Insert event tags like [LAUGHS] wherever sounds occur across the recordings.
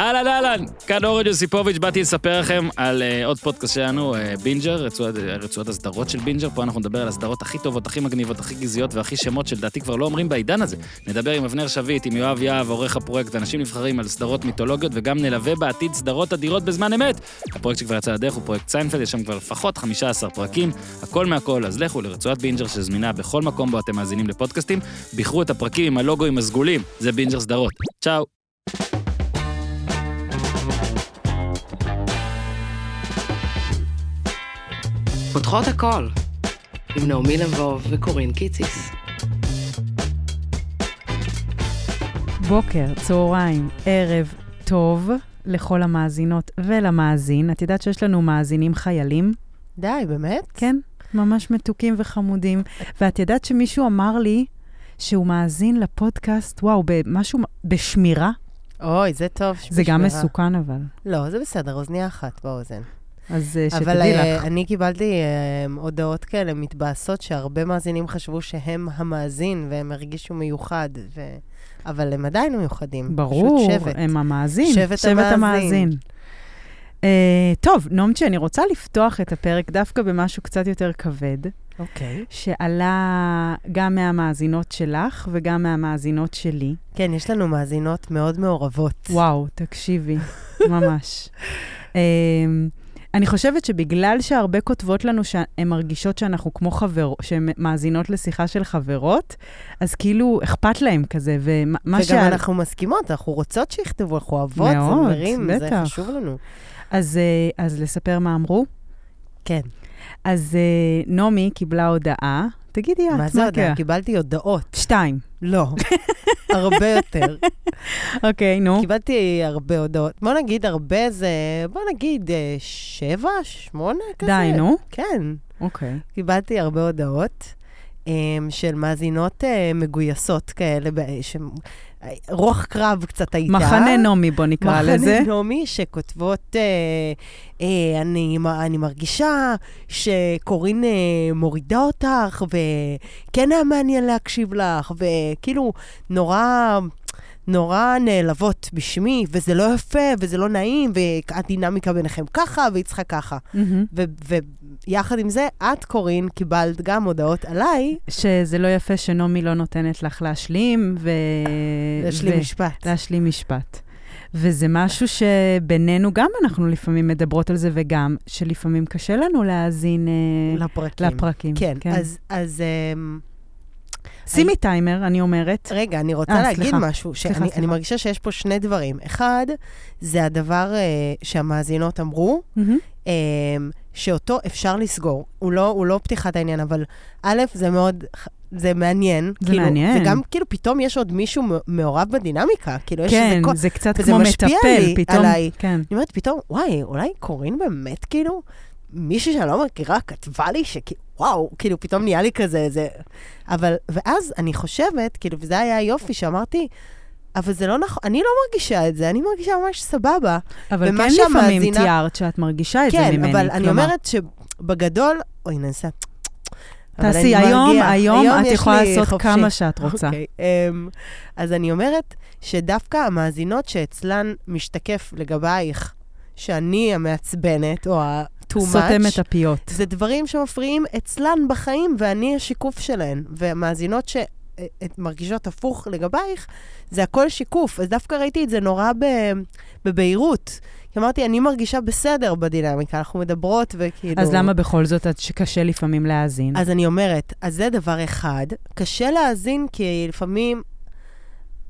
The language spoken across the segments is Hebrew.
אהלן אהלן, כאן אורן יוסיפוביץ', באתי לספר לכם על uh, עוד פודקאסט שלנו, uh, בינג'ר, רצועת, רצועת הסדרות של בינג'ר, פה אנחנו נדבר על הסדרות הכי טובות, הכי מגניבות, הכי גזעיות והכי שמות שלדעתי כבר לא אומרים בעידן הזה. נדבר עם אבנר שביט, עם יואב יהב, עורך הפרויקט, אנשים נבחרים על סדרות מיתולוגיות, וגם נלווה בעתיד סדרות אדירות בזמן אמת. הפרויקט שכבר יצא לדרך הוא פרויקט סיינפלד, יש שם כבר לפחות 15 פרקים, הכל מהכל, אז לכו לרצועת בינג'ר שזמינה בכל מקום בו אתם מאזינים לפודקאסטים, בחרו את הפרקים עם הלוגוים הסגולים, זה בינג'ר סדרות. צ'או. פותחות הכל, עם נעמי לבוב וקורין קיציס. בוקר, צהריים, ערב, טוב לכל המאזינות ולמאזין. את יודעת שיש לנו מאזינים חיילים? די, באמת? כן, ממש מתוקים וחמודים. ואת יודעת שמישהו אמר לי שהוא מאזין לפודקאסט, וואו, במשהו, בשמירה? אוי, זה טוב שבשמירה. זה גם מסוכן אבל. לא, זה בסדר, אוזניה אחת באוזן. אז אה, אבל שתדעי אה, לך. אני קיבלתי אה, הודעות כאלה מתבאסות, שהרבה מאזינים חשבו שהם המאזין, והם הרגישו מיוחד, ו... אבל הם עדיין מיוחדים. ברור, פשוט שבט. הם המאזין. שבט המאזין. אה, טוב, נעמצ'י, אני רוצה לפתוח את הפרק דווקא במשהו קצת יותר כבד. אוקיי. שעלה גם מהמאזינות שלך וגם מהמאזינות שלי. כן, יש לנו מאזינות מאוד מעורבות. וואו, [LAUGHS] תקשיבי, ממש. אמ, אני חושבת שבגלל שהרבה כותבות לנו שהן מרגישות שאנחנו כמו חברות, שהן מאזינות לשיחה של חברות, אז כאילו אכפת להם כזה, ומה מה וגם שה- אנחנו מסכימות, אנחנו רוצות שיכתבו, אנחנו אוהבות, מאוד, זה מרים, זה בטח. חשוב לנו. אז, אה, אז לספר מה אמרו? כן. אז אה, נעמי קיבלה הודעה, תגידי את, מה זה קרה? הודעה? קיבלתי הודעות. [LAUGHS] שתיים. לא. הרבה יותר. אוקיי, נו. קיבלתי הרבה הודעות. בוא נגיד הרבה זה, בוא נגיד אה, שבע, שמונה כזה. די, נו. כן, אוקיי. קיבלתי הרבה הודעות um, של מאזינות uh, מגויסות כאלה, ב- ש... רוח קרב קצת הייתה. מחנה נעמי, בוא נקרא לזה. מחנה נעמי שכותבות, אה, אה, אני, מ- אני מרגישה שקורין אה, מורידה אותך, וכן היה מעניין להקשיב לך, וכאילו, נורא... נורא נעלבות בשמי, וזה לא יפה, וזה לא נעים, והדינמיקה ביניכם ככה, והיא צריכה ככה. מהמם. ו- ויחד עם זה, את, קורין, קיבלת גם הודעות עליי שזה לא יפה שנעמי לא נותנת לך להשלים, ו... אה, להשלים משפט. להשלים משפט. וזה משהו שבינינו גם אנחנו לפעמים מדברות על זה, וגם שלפעמים קשה לנו להאזין אה, לפרקים. לפרקים. כן, אז- אז... אמ, שימי טיימר, אני אומרת. רגע, אני רוצה אה, להגיד סליחה. משהו, שאני סליחה, אני סליחה. מרגישה שיש פה שני דברים. אחד, זה הדבר אה, שהמאזינות אמרו, מהמם. אה, שאותו אפשר לסגור. הוא לא, הוא לא פתיחת העניין, אבל א', זה מאוד, זה מעניין. זה כאילו, מעניין. זה גם, כאילו, פתאום יש עוד מישהו מ- מעורב בדינמיקה. כאילו, יש איזה... כן, כל- זה קצת וזה כמו משפיע מטפל, לי, פתאום. עליי. כן. אני אומרת פתאום, וואי, אולי קורין באמת, כאילו, מישהי שאני לא מכירה כתבה לי שכאילו, וואו, כאילו, פתאום נהיה לי כזה, איזה... אבל, ואז אני חושבת, כאילו, וזה היה היופי שאמרתי, אבל זה לא נכון, אני לא מרגישה את זה, אני מרגישה ממש סבבה. אבל ומה כן לפעמים שהמאזינה- תיארת שאת מרגישה את זה כן, ממני. אבל אני כלומר, אומרת שבגדול, אוי, ננסה. תעשי, היום, היום את יכולה לעשות כמה שאת רוצה. אוקיי, אמ, אז אני אומרת שדווקא המאזינות שאצלן משתקף לגבייך, שאני המעצבנת, או ה-too סותם את much, הפיות. זה דברים שמפריעים אצלן בחיים, ואני השיקוף שלהן. והמאזינות ש... אה, את מרגישות הפוך לגבייך, זה הכל שיקוף. אז דווקא ראיתי את זה נורא ב... בבהירות. כי אמרתי, אני מרגישה בסדר בדינמיקה, אנחנו מדברות וכאילו... אז למה בכל זאת את שקשה לפעמים להאזין? כאילו- אז אני אומרת, אז זה דבר אחד. קשה להאזין, כי לפעמים...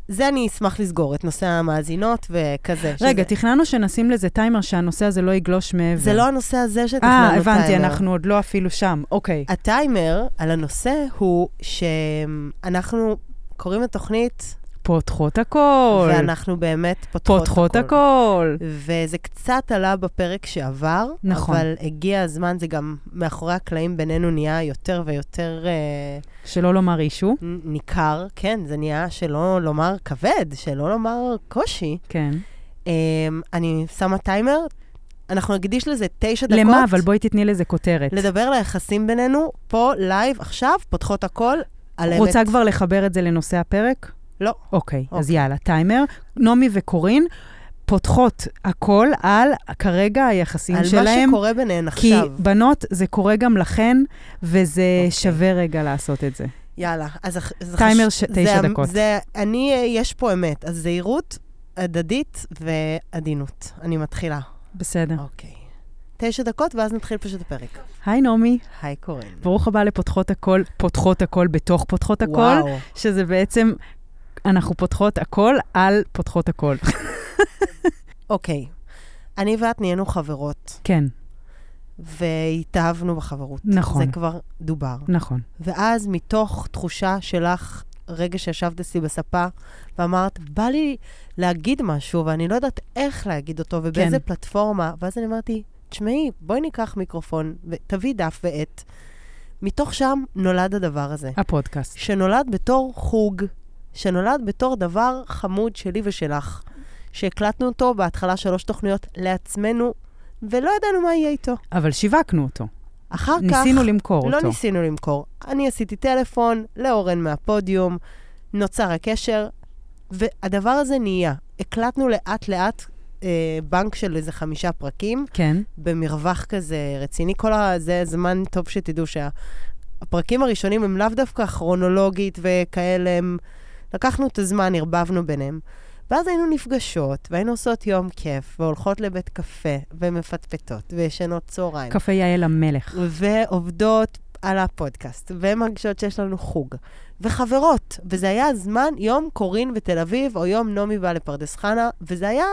זה אני אשמח לסגור, את נושא המאזינות וכזה. רגע, שזה... תכננו שנשים לזה טיימר, שהנושא הזה לא יגלוש מעבר. זה לא הנושא הזה שתכננו אה, טיימר. הבנתי, אנחנו עוד לא אפילו שם. אוקיי. הטיימר על הנושא הוא שאנחנו קוראים לתוכנית, פותחות הכל. אה. ואנחנו באמת פותחות, פותחות הכל. וזה קצת עלה בפרק שעבר, נכון. אבל הגיע הזמן, זה גם מאחורי הקלעים בינינו נהיה יותר ויותר אה, שלא לומר אישו. נ- ניכר, כן, זה נהיה שלא לומר כבד, שלא לומר קושי. כן. אה, אני שמה טיימר, אנחנו נקדיש לזה תשע דקות. למה? אבל בואי תתני לזה כותרת. לדבר על היחסים בינינו, פה, לייב, עכשיו, פותחות הכל על אמת. רוצה כבר לחבר את זה לנושא הפרק? לא. אוקיי, אז אוקיי. יאללה, טיימר. נעמי וקורין, פותחות הכל על כרגע היחסים על מה שלהם. שקורה ביניהן כי עכשיו. אוקיי. בנות, זה קורה גם לכן, וזה okay. שווה רגע לעשות את זה. יאללה, אז... אח- אז טיימר חש- ש- תשע זה- דקות. זה, אני, אה, יש פה אמת. אז זהירות, הדדית ועדינות. אני מתחילה. בסדר. אוקיי. תשע דקות, ואז נתחיל פשוט הפרק. היי נעמי, היי קורן. ברוך הבא לפותחות הכל, פותחות הכל בתוך פותחות הכל, וואו. וואו. שזה בעצם, אנחנו פותחות הכל על פותחות הכל. [LAUGHS] אוקיי. אני ואת נהיינו חברות, כן, והתאהבנו בחברות. נכון. זה כבר דובר. נכון. ואז מתוך תחושה שלך, רגע שישבת אצלי בספה, ואמרת, בא לי להגיד משהו, ואני לא יודעת איך להגיד אותו ובאיזה כן. פלטפורמה, ואז אני אמרתי, תשמעי, בואי ניקח מיקרופון, ותביא דף ועט. מתוך שם נולד הדבר הזה, הפודקאסט. שנולד בתור חוג, שנולד בתור דבר חמוד שלי ושלך, שהקלטנו אותו בהתחלה שלוש תוכניות לעצמנו, ולא ידענו מה יהיה איתו. אבל שיווקנו אותו. אחר כך... ניסינו למכור לא אותו. ניסינו למכור. אני עשיתי טלפון לאורן מהפודיום, נוצר הקשר, והדבר הזה נהיה. הקלטנו לאט-לאט אה, בנק של איזה חמישה פרקים, כן, במרווח כזה רציני. כל ה... זה זמן טוב שתדעו שהפרקים הראשונים הם לאו דווקא כרונולוגית וכאלה, הם... לקחנו את הזמן, ערבבנו ביניהם. ואז היינו נפגשות, והיינו עושות יום כיף, והולכות לבית קפה, ומפטפטות, וישנות צהריים. קפה יעל המלך. ועובדות על הפודקאסט, ומרגישות שיש לנו חוג, וחברות, וזה היה זמן יום קורין בתל אביב, או יום נעמי בא לפרדס חנה, וזה היה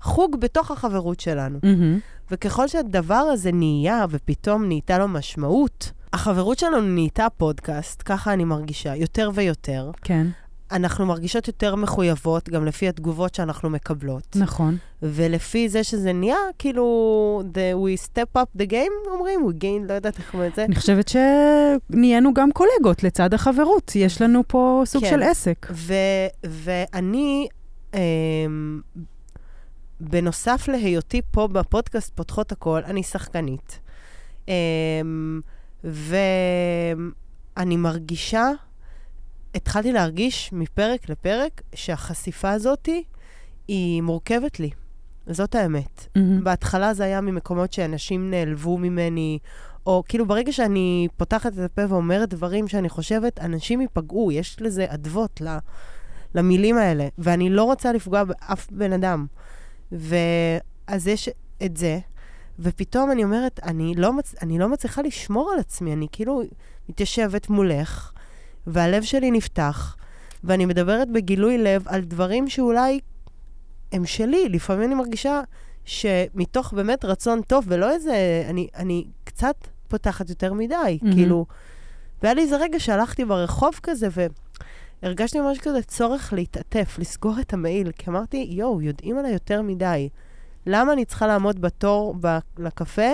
חוג בתוך החברות שלנו. מהמם. Mm-hmm. וככל שהדבר הזה נהיה, ופתאום נהייתה לו משמעות, החברות שלנו נהייתה פודקאסט, ככה אני מרגישה, יותר ויותר. [LAUGHS] כן, אנחנו מרגישות יותר מחויבות, גם לפי התגובות שאנחנו מקבלות. נכון. ולפי זה שזה נהיה, כאילו, the, we step up the game, אומרים, we gain, לא יודעת איך אומרים את זה. אני חושבת שנהיינו גם קולגות לצד החברות. יש לנו פה סוג כן. של עסק. ו, ואני, אמ, בנוסף להיותי פה בפודקאסט פותחות הכל, אני שחקנית. אמ, ואני מרגישה, התחלתי להרגיש מפרק לפרק שהחשיפה הזאת היא מורכבת לי. זאת האמת. מהמם. בהתחלה זה היה ממקומות שאנשים נעלבו ממני, או כאילו ברגע שאני פותחת את הפה ואומרת דברים שאני חושבת, אנשים ייפגעו, יש לזה אדוות ל, למילים האלה, ואני לא רוצה לפגוע באף בן אדם. ואז יש את זה, ופתאום אני אומרת, אני לא, מצ... אני לא מצליחה לשמור על עצמי, אני כאילו מתיישבת מולך, והלב שלי נפתח, ואני מדברת בגילוי לב על דברים שאולי הם שלי. לפעמים אני מרגישה שמתוך באמת רצון טוב, ולא איזה... אני, אני קצת פותחת יותר מדי, מהמם. mm-hmm. כאילו... והיה לי איזה רגע שהלכתי ברחוב כזה, והרגשתי ממש כזה צורך להתעטף, לסגור את המעיל, כי אמרתי, יואו, יודעים עליי יותר מדי. למה אני צריכה לעמוד בתור ב- לקפה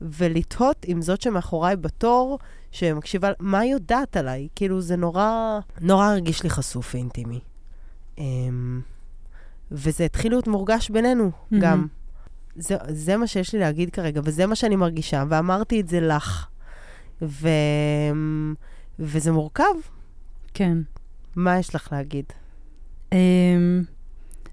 ולתהות עם זאת שמאחוריי בתור, שמקשיבה, מה היא יודעת עליי? כאילו, זה נורא... נורא הרגיש לי חשוף ואינטימי. אמ, וזה התחיל להיות מורגש בינינו מהמם. גם. זה, זה מה שיש לי להגיד כרגע, וזה מה שאני מרגישה, ואמרתי את זה לך. ו... וזה מורכב. כן. מה יש לך להגיד? אמ,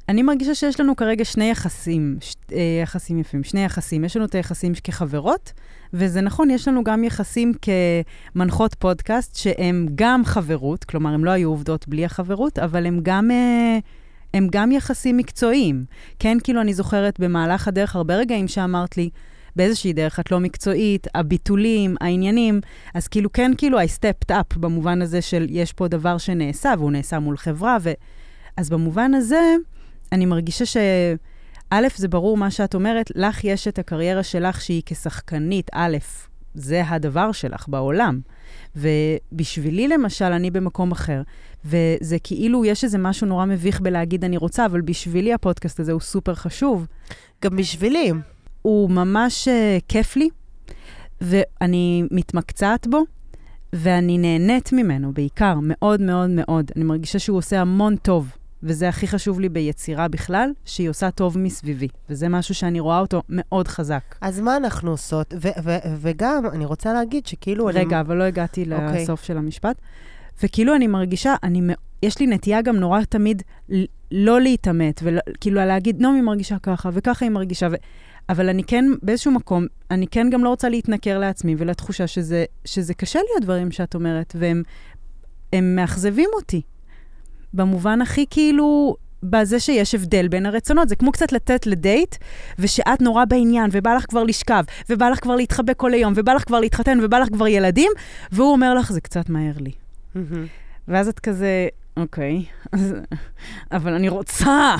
אני מרגישה שיש לנו כרגע שני יחסים, ש... אה, יחסים יפים, שני יחסים. יש לנו את היחסים כחברות, וזה נכון, יש לנו גם יחסים כמנחות פודקאסט, שהם גם חברות, כלומר, הם לא היו עובדות בלי החברות, אבל הם גם... אה, הם גם יחסים מקצועיים. כן, כאילו, אני זוכרת במהלך הדרך הרבה רגעים שאמרת לי, באיזושהי דרך את לא מקצועית, הביטולים, העניינים, אז כאילו, כן, כאילו, I stepped up במובן הזה של יש פה דבר שנעשה, והוא נעשה מול חברה, ו... אז במובן הזה, אני מרגישה ש... א', זה ברור מה שאת אומרת, לך יש את הקריירה שלך שהיא כשחקנית, א', זה הדבר שלך בעולם. ובשבילי, למשל, אני במקום אחר, וזה כאילו, יש איזה משהו נורא מביך בלהגיד אני רוצה, אבל בשבילי הפודקאסט הזה הוא סופר חשוב. גם בשבילי. הוא ממש אה, כיף לי, ואני מתמקצעת בו, ואני נהנית ממנו בעיקר, מאוד מאוד מאוד. אני מרגישה שהוא עושה המון טוב, וזה הכי חשוב לי ביצירה בכלל, שהיא עושה טוב מסביבי, וזה משהו שאני רואה אותו מאוד חזק. אז מה אנחנו עושות? ו- ו- וגם, אני רוצה להגיד שכאילו... אני- רגע, אבל לא הגעתי אוקיי. לסוף של המשפט. וכאילו אני מרגישה, אני, מא- יש לי נטייה גם נורא תמיד ל- לא להתעמת, וכאילו להגיד, נעמי מרגישה ככה, וככה היא מרגישה, ו... אבל אני כן, באיזשהו מקום, אני כן גם לא רוצה להתנכר לעצמי ולתחושה שזה, שזה קשה לי הדברים שאת אומרת, והם הם מאכזבים אותי. במובן הכי כאילו, בזה שיש הבדל בין הרצונות. זה כמו קצת לתת לדייט, ושאת נורא בעניין, ובא לך כבר לשכב, ובא לך כבר להתחבק כל היום, ובא לך כבר להתחתן, ובא לך כבר ילדים, והוא אומר לך, זה קצת מהר לי. ואז את כזה, אוקיי, אז, אבל אני רוצה.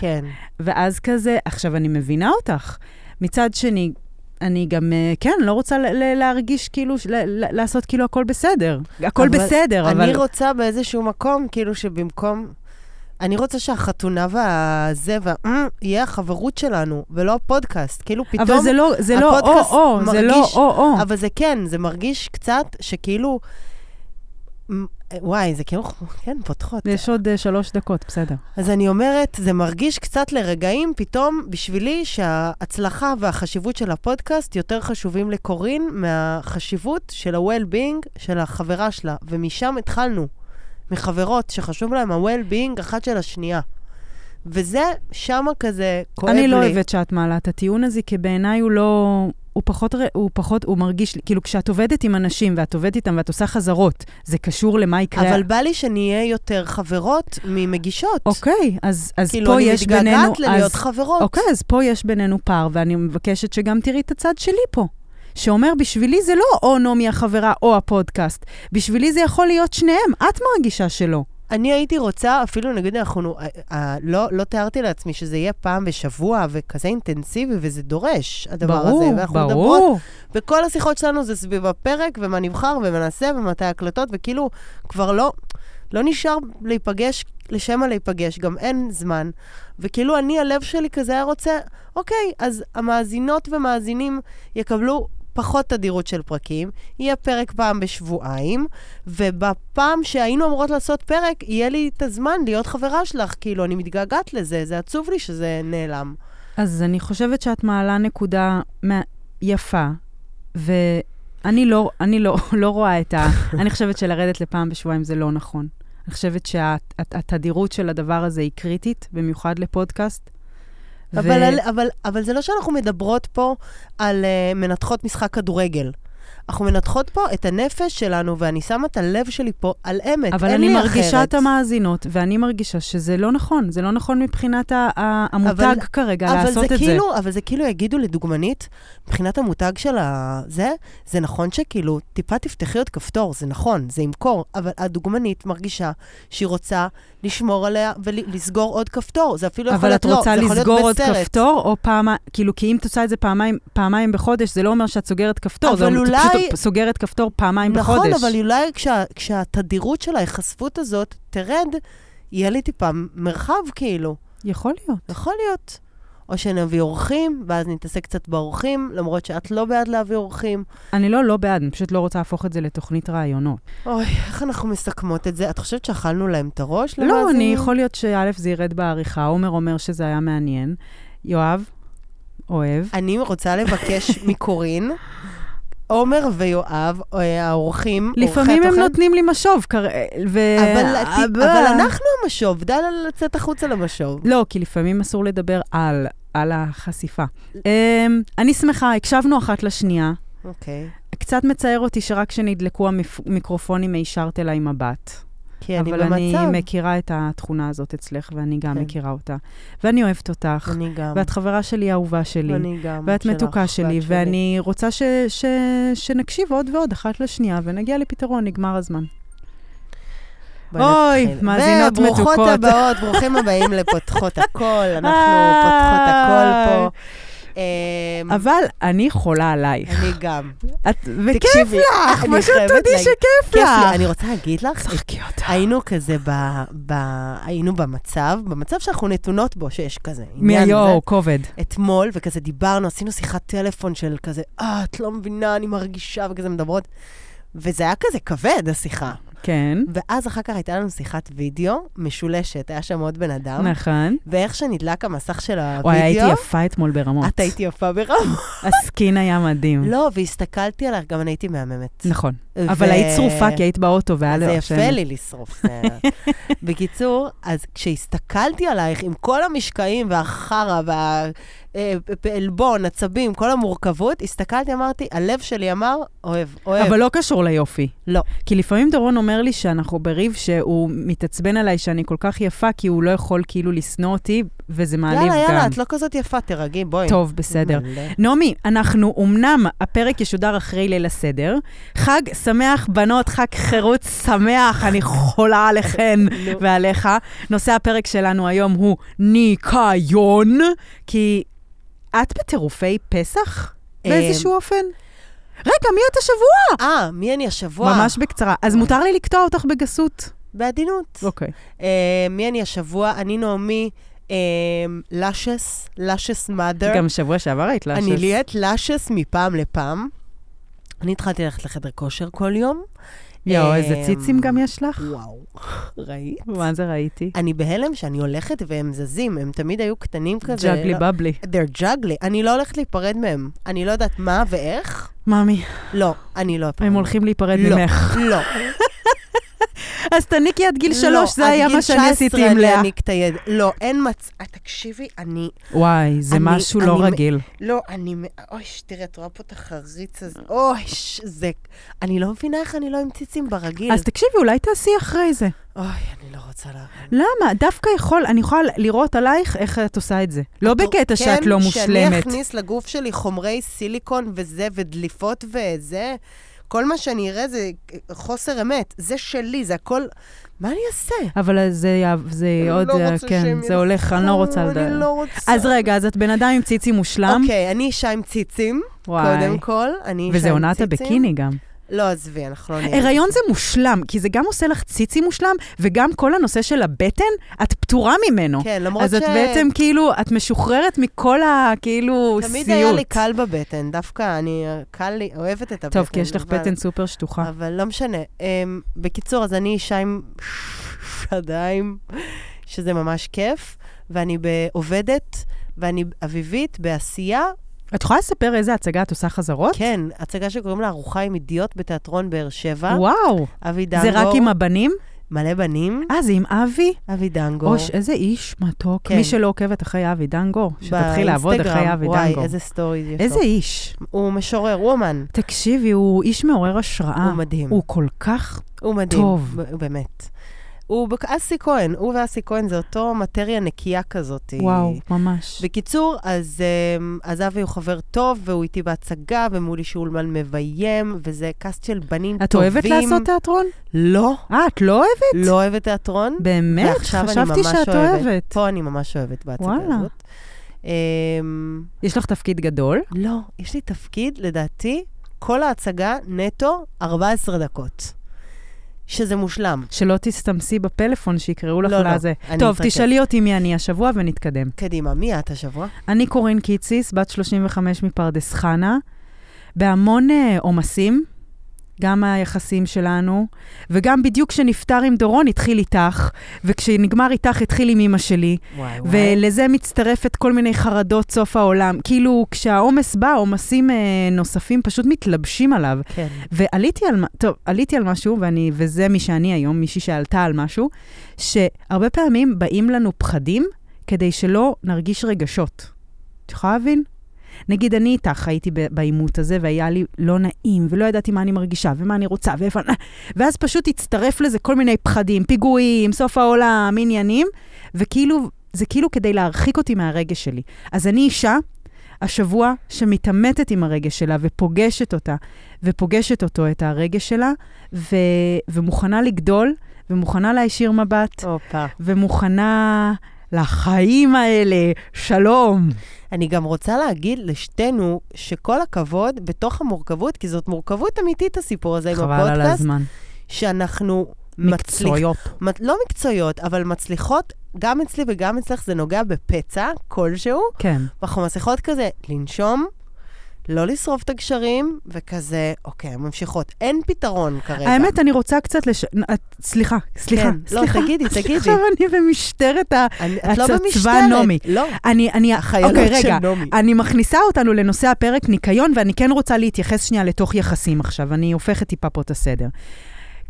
כן. ואז כזה, עכשיו אני מבינה אותך. מצד שני, אני גם, אה, כן, לא רוצה ל- ל- להרגיש כאילו, ש- ל- ל- לעשות כאילו הכל בסדר. הכל אבל בסדר, אבל... אני רוצה באיזשהו מקום, כאילו שבמקום... אני רוצה שהחתונה והזה וה... "אמ, יהיה החברות שלנו, ולא הפודקאסט. כאילו פתאום... אבל זה לא, זה לא הפודקאסט או-או, זה לא מרגיש- או-או. אבל זה כן, זה מרגיש קצת שכאילו... מ- וואי, זה כאילו, כן, פותחות. יש עוד אה, שלוש דקות, בסדר. אז אני אומרת, זה מרגיש קצת לרגעים פתאום בשבילי שההצלחה והחשיבות של הפודקאסט יותר חשובים לקורין מהחשיבות של ה-well-being של החברה שלה. ומשם התחלנו, מחברות שחשוב להן ה-well-being אחת של השנייה. וזה שמה כזה כואב לי. אני לא אוהבת שאת מעלה את הטיעון הזה, כי בעיניי הוא לא... הוא פחות, ר- הוא פחות, הוא מרגיש לי, כאילו כשאת עובדת עם אנשים ואת עובדת איתם ואת עושה חזרות, זה קשור למה יקרה. אבל בא לי שנהיה יותר חברות ממגישות. אוקיי, אז, אז כאילו, פה אני יש בינינו... מתגעגעת ללהיות אז- חברות. אוקיי, אז פה יש בינינו פער, ואני מבקשת שגם תראי את הצד שלי פה. שאומר, בשבילי זה לא או נעמי החברה או הפודקאסט, בשבילי זה יכול להיות שניהם, את מרגישה שלא. אני הייתי רוצה, אפילו נגיד אנחנו, אה, אה, לא, לא תיארתי לעצמי שזה יהיה פעם בשבוע וכזה אינטנסיבי, וזה דורש, הדבר ברור, הזה. ואנחנו מדברות, ברור. וכל השיחות שלנו זה סביב הפרק, ומה נבחר, ומה נעשה, ומתי הקלטות, וכאילו, כבר לא, לא נשאר להיפגש, לשם להיפגש, גם אין זמן. וכאילו, אני, הלב שלי כזה היה רוצה, אוקיי, אז המאזינות ומאזינים יקבלו... פחות תדירות של פרקים, יהיה פרק פעם בשבועיים, ובפעם שהיינו אמורות לעשות פרק, יהיה לי את הזמן להיות חברה שלך, כאילו, אני מתגעגעת לזה, זה עצוב לי שזה נעלם. אז אני חושבת שאת מעלה נקודה מה- יפה, ואני לא, אני לא, [LAUGHS] לא רואה את ה... [LAUGHS] אני חושבת שלרדת לפעם בשבועיים זה לא נכון. אני חושבת שהתדירות של הדבר הזה היא קריטית, במיוחד לפודקאסט. ו- אבל, על, אבל, אבל זה לא שאנחנו מדברות פה על uh, מנתחות משחק כדורגל. אנחנו מנתחות פה את הנפש שלנו, ואני שמה את הלב שלי פה על אמת, אבל אין אני לי מרגישה אחרת. את המאזינות, ואני מרגישה שזה לא נכון. זה לא נכון מבחינת ה- ה- המותג אבל- כרגע אבל לעשות זה את זה. כאילו, אבל זה כאילו יגידו לדוגמנית, מבחינת המותג של ה... זה, זה נכון שכאילו, טיפה תפתחי עוד כפתור, זה נכון, זה ימכור, אבל הדוגמנית מרגישה שהיא רוצה לשמור עליה ולסגור עוד כפתור, זה אפילו יכול אבל את להיות לא, זה רוצה יכול להיות לסגור עוד בסרט. כפתור, או פעמיים, כאילו, כי אם את עושה את זה פעמיים, פעמיים בחודש, זה לא אומר שאת סוגרת כפתור, זה אבל אומר אולי- שאת פשוט סוגרת כפתור פעמיים נכון, בחודש. אבל אולי כשה, כשהתדירות של ההיחשפות הזאת תרד, יהיה לי טיפה מרחב כאילו. יכול להיות. יכול להיות. או שנביא אורחים, ואז נתעסק קצת באורחים, למרות שאת לא בעד להביא אורחים. אני לא לא בעד, אני פשוט לא רוצה להפוך את זה לתוכנית רעיונות. אוי, איך אנחנו מסכמות את זה? את חושבת שאכלנו להם את הראש? לא, למאזינים? אני, יכול להיות שא' זה ירד בעריכה, עומר אומר שזה היה מעניין. יואב, אוהב. אני [LAUGHS] רוצה לבקש מקורין, עומר ויואב, או האורחים, אורחי לפעמים הם התוכן. נותנים לי משוב, כר... ו... אה, אבל, אבל אנחנו המשוב, די לה לצאת החוצה למשוב. לא, כי לפעמים אסור לדבר על, על החשיפה. אמ, אני שמחה, הקשבנו אחת לשנייה. אוקיי. קצת מצער אותי שרק כשנדלקו המיקרופונים מישרת אליי מבט. כי אני אבל אני במצב. מכירה את התכונה הזאת אצלך, ואני גם כן. מכירה אותה. ואני אוהבת אותך, אני גם. ואת חברה שלי, האהובה שלי. אני גם. ואת שלך, מתוקה שלי, ואת שלי. ואני רוצה ש, ש, שנקשיב עוד ועוד אחת לשנייה, ונגיע לפתרון, נגמר הזמן. בואי אוי, נתחיל. מאזינות מתוקות. וברוכות הבאות, ברוכים הבאים לפותחות הכל, [LAUGHS] אנחנו פותחות הכל פה. אמ, אבל אני חולה עלייך. אני [LAUGHS] גם. את, וכיף תקשיבי, לך, אני פשוט חייבת תודי להגיד- שכיף כיף לי, לך. אני רוצה להגיד לך, צחקי אותה. היינו כזה ב... ב- היינו במצב, במצב שאנחנו נתונות בו, שיש כזה עניין. מיו, זה. כובד. אתמול, וכזה דיברנו, עשינו שיחת טלפון של כזה, אה, את לא מבינה, אני מרגישה, וכזה מדברות. וזה היה כזה כבד, השיחה. כן, ואז אחר כך הייתה לנו שיחת וידאו משולשת, היה שם עוד בן אדם, נכון. ואיך שנדלק המסך של הוידאו, וואי, הייתי יפה אתמול ברמות. את היית [LAUGHS] יפה ברמות. הסקין היה מדהים. לא, והסתכלתי עליך, גם אני הייתי מהממת. נכון. ו- אבל היית צרופה כי היית באוטו והיה זה לך יפה לי לשרוף. זה- [LAUGHS] בקיצור, אז כשהסתכלתי עלייך עם כל המשקעים והחרא והעלבון, עצבים, כל המורכבות, הסתכלתי, אמרתי, הלב שלי אמר, אוהב, אוהב. אבל לא קשור ליופי. לא. כי לפעמים דורון אומר לי שאנחנו בריב, שהוא מתעצבן עליי שאני כל כך יפה, כי הוא לא יכול כאילו לשנוא אותי, וזה מעליב גם. יאללה, יאללה, את לא כזאת יפה, תירגעי, בואי. טוב, בסדר. מלא. נעמי, אנחנו, אמנם הפרק ישודר אחרי ליל הסדר. חג שמח, בנות, חג חירות שמח, אני חולה [LAUGHS] עליכן ועליך. נושא הפרק שלנו היום הוא ניקיון, כי את בטירופי פסח אה, באיזשהו אופן? רגע, מי את השבוע? אה, מי אני השבוע? ממש בקצרה. אז מותר לי לקטוע אותך בגסות? בעדינות. אוקיי. אה, מי אני השבוע? אני נעמי אה, לאשס, לאשס מאדר. גם שבוע שעבר היית לאשס. אני ליאת לאשס מפעם לפעם. אני התחלתי ללכת לחדר כושר כל יום. יואו, איזה אמ, ציצים גם יש לך? וואו, [LAUGHS] ראית? מה זה ראיתי? אני בהלם שאני הולכת והם זזים, הם תמיד היו קטנים כזה. ג'אגלי לא- בבלי. They're juggly. אני לא הולכת להיפרד מהם. אני לא יודעת מה ואיך. ממי, לא, אני לא אפרד. הם הולכים להיפרד לא, ממך. לא. אז תניקי עד גיל שלוש, לא, זה עד היה גיל מה שאני עשיתי 19 עם אני לאה. אעניק את היד. לא, אין מצב. תקשיבי, אני... וואי, זה אני- משהו אני- לא רגיל. לא, אני... מ- אוי, ש- תראה, את רואה פה את החריץ אה. הזה. אוי, ש- זה... אני לא מבינה איך אני לא עם ציצים ברגיל. אז תקשיבי, אולי תעשי אחרי זה. אוי, אני לא רוצה להבין. למה? דווקא יכול, אני יכולה לראות עלייך איך את עושה את זה. לא בקטע שאת לא אוקיי, כן, שאני מושלמת. אכניס לגוף שלי חומרי סיליקון וזה, ודליפות וזה, כל מה שאני אראה זה חוסר אמת. זה שלי, זה הכל... מה אני אעשה? אבל זה יע- זה אני עוד, לא אה, רוצה כן, שהם זה הולך, אני לא רוצה אני לדעת. לא רוצה. אז רגע, אז את בן אדם עם ציצי מושלם. אוקיי, אני אישה עם ציצים, וואי. קודם כל. אני אישה עם ציצים. וזה עונת הביקיני גם. לא, עזבי, אנחנו לא נהיה... הריון זה מושלם, כי זה גם עושה לך ציצי מושלם, וגם כל הנושא של הבטן, את פטורה ממנו. כן, למרות אז ש... את בעצם כאילו, את משוחררת מכל ה... כאילו, סיוט. תמיד היה לי קל בבטן, דווקא אני קל לי, אוהבת את הבטן. טוב, כי יש לך אבל- בטן סופר שטוחה. אבל לא משנה. אמ, בקיצור, אז אני אישה עם שדיים, שזה ממש כיף, ואני ב- עובדת, ואני אביבית בעשייה. את יכולה לספר איזה הצגה את עושה חזרות? כן, הצגה שקוראים לה ארוחה עם אידיוט בתיאטרון באר שבע. וואו. אבי דנגור. זה רק עם הבנים? מלא בנים. אה, זה עם אבי? אבי דנגור. אוש, איזה איש מתוק. כן. מי שלא עוקבת אחרי אבי דנגור, שתתחיל לעבוד באינסטגרם. אחרי אבי דנגור. וואי, איזה סטורי יש לו. איזה איש. הוא משורר, הוא אמן. תקשיבי, הוא איש מעורר השראה. הוא מדהים. הוא כל כך... הוא מדהים. טוב. ב- באמת. הוא בק- אסי כהן, הוא ואסי כהן זה אותו מטריה נקייה כזאת. וואו, ממש. בקיצור, אז, אמ, אז אבי הוא חבר טוב, והוא איתי בהצגה, ומולי שולמן מביים, וזה קאסט של בנים את טובים. אוהבת לעשות תיאטרון? לא, אה, את לא אוהבת? לא אוהבת תיאטרון. באמת? ועכשיו אני חשבתי ממש שאת אוהבת. אוהבת. פה אני ממש אוהבת בהצגה וואלה. הזאת. אמ, יש לך תפקיד גדול? לא, יש לי תפקיד, לדעתי, כל ההצגה נטו 14 דקות. שזה מושלם. שלא תסתמסי בפלאפון שיקראו לך לא, לא, לזה. אני טוב, מתרכזת. תשאלי אותי מי אני השבוע ונתקדם. קדימה, מי את השבוע? אני קורין קיציס, בת 35 מפרדס חנה, בהמון אה, עומסים, גם היחסים שלנו, וגם בדיוק כשנפטר עם דורון התחיל איתך, וכשנגמר איתך התחיל עם אימא שלי, וואי ולזה מצטרפת כל מיני חרדות סוף העולם. כאילו, כשהעומס בא, עומסים אה, נוספים פשוט מתלבשים עליו. כן. ועליתי על, מ- טוב, עליתי על משהו, ואני, וזה מי שאני היום, מישהי שעלתה על משהו, שהרבה פעמים באים לנו פחדים כדי שלא נרגיש רגשות. את יכולה להבין? נגיד, אני איתך הייתי ב- בעימות הזה, והיה לי לא נעים, ולא ידעתי מה אני מרגישה, ומה אני רוצה, ואיפה... אני- ואז פשוט הצטרף לזה כל מיני פחדים, פיגועים, סוף העולם, עניינים, וכאילו, זה כאילו כדי להרחיק אותי מהרגש שלי. אז אני אישה השבוע שמתעמתת עם הרגש שלה ופוגשת אותה, ופוגשת אותו, את הרגש שלה, ו... ומוכנה לגדול, ומוכנה להישיר מבט, הופה. ומוכנה לחיים האלה, שלום. אני גם רוצה להגיד לשתינו שכל הכבוד בתוך המורכבות, כי זאת מורכבות אמיתית הסיפור הזה עם חבל על הפודקאסט, הזמן. שאנחנו מצליחות, מקצועיות. לא מקצועיות, אבל מצליחות, גם אצלי וגם אצלך זה נוגע בפצע כלשהו, כן. ואנחנו מצליחות כזה לנשום, לא לשרוף את הגשרים, וכזה, אוקיי, ממשיכות. אין פתרון כרגע. האמת, אני רוצה קצת לש... את- סליחה, סליחה, כן, לא, סליחה. תגידי, תגידי. עכשיו אני במשטרת ה... אני- את לא הצבא במשטרת. הנעמי. לא, אני, אני, החיילות אוקיי, של רגע, נעמי. אני מכניסה אותנו לנושא הפרק ניקיון, ואני כן רוצה להתייחס שנייה לתוך יחסים עכשיו. אני הופכת טיפה פה את הסדר.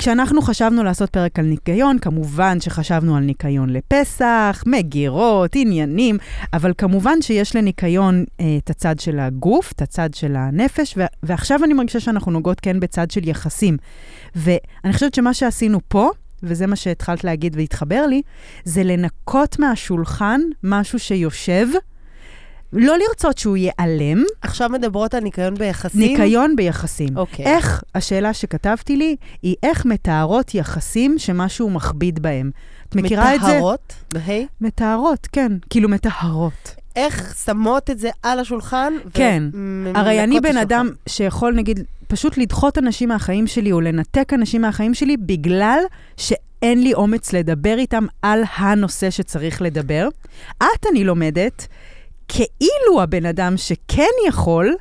כשאנחנו חשבנו לעשות פרק על ניקיון, כמובן שחשבנו על ניקיון לפסח, מגירות, עניינים, אבל כמובן שיש לניקיון אה, את הצד של הגוף, את הצד של הנפש, ו- ועכשיו אני מרגישה שאנחנו נוגעות כן בצד של יחסים. ואני חושבת שמה שעשינו פה, וזה מה שהתחלת להגיד והתחבר לי, זה לנקות מהשולחן משהו שיושב, לא לרצות שהוא ייעלם, עכשיו מדברות על ניקיון ביחסים. ניקיון ביחסים. אוקיי. איך, השאלה שכתבתי לי, היא איך מטהרות יחסים שמשהו מכביד בהם. את מכירה את זה? מטהרות, בה"א. מטהרות, כן. כאילו מטהרות. איך שמות את זה על השולחן? ו- כן. מ- הרי אני מנקות את בן השולחן. אדם שיכול, נגיד, פשוט לדחות אנשים מהחיים שלי או לנתק אנשים מהחיים שלי בגלל שאין לי אומץ לדבר איתם על הנושא שצריך לדבר. את, אני לומדת, כאילו הבן אדם שכן יכול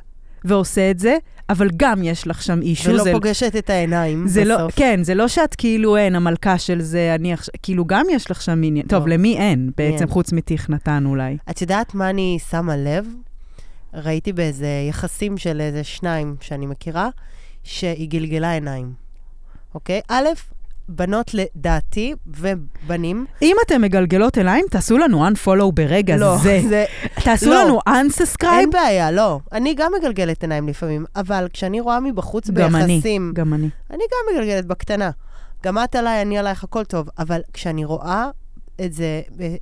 ועושה את זה, אבל גם יש לך שם אישו. ולא זה- פוגשת את העיניים זה לא, בסוף. כן, זה לא שאת כאילו אין, המלכה של זה, אני עכשיו, כאילו גם יש לך שם עניין. טוב, לא. למי אין בעצם, אין. חוץ מתכנתן אולי? את יודעת מה אני שמה לב? ראיתי באיזה יחסים של איזה שניים שאני מכירה, שהיא גלגלה עיניים, אוקיי? א', בנות לדעתי ובנים. אם אתם מגלגלות אליים, תעשו לנו unfollow ברגע לא, זה. זה... תעשו לא. לנו אין unsubscribe. בעיה, לא. אני גם מגלגלת עיניים לפעמים, אבל כשאני רואה מבחוץ גם אני, ביחסים... גם אני. אני גם מגלגלת בקטנה. גם את עליי, אני עלייך, הכל טוב. אבל כשאני רואה את זה אה,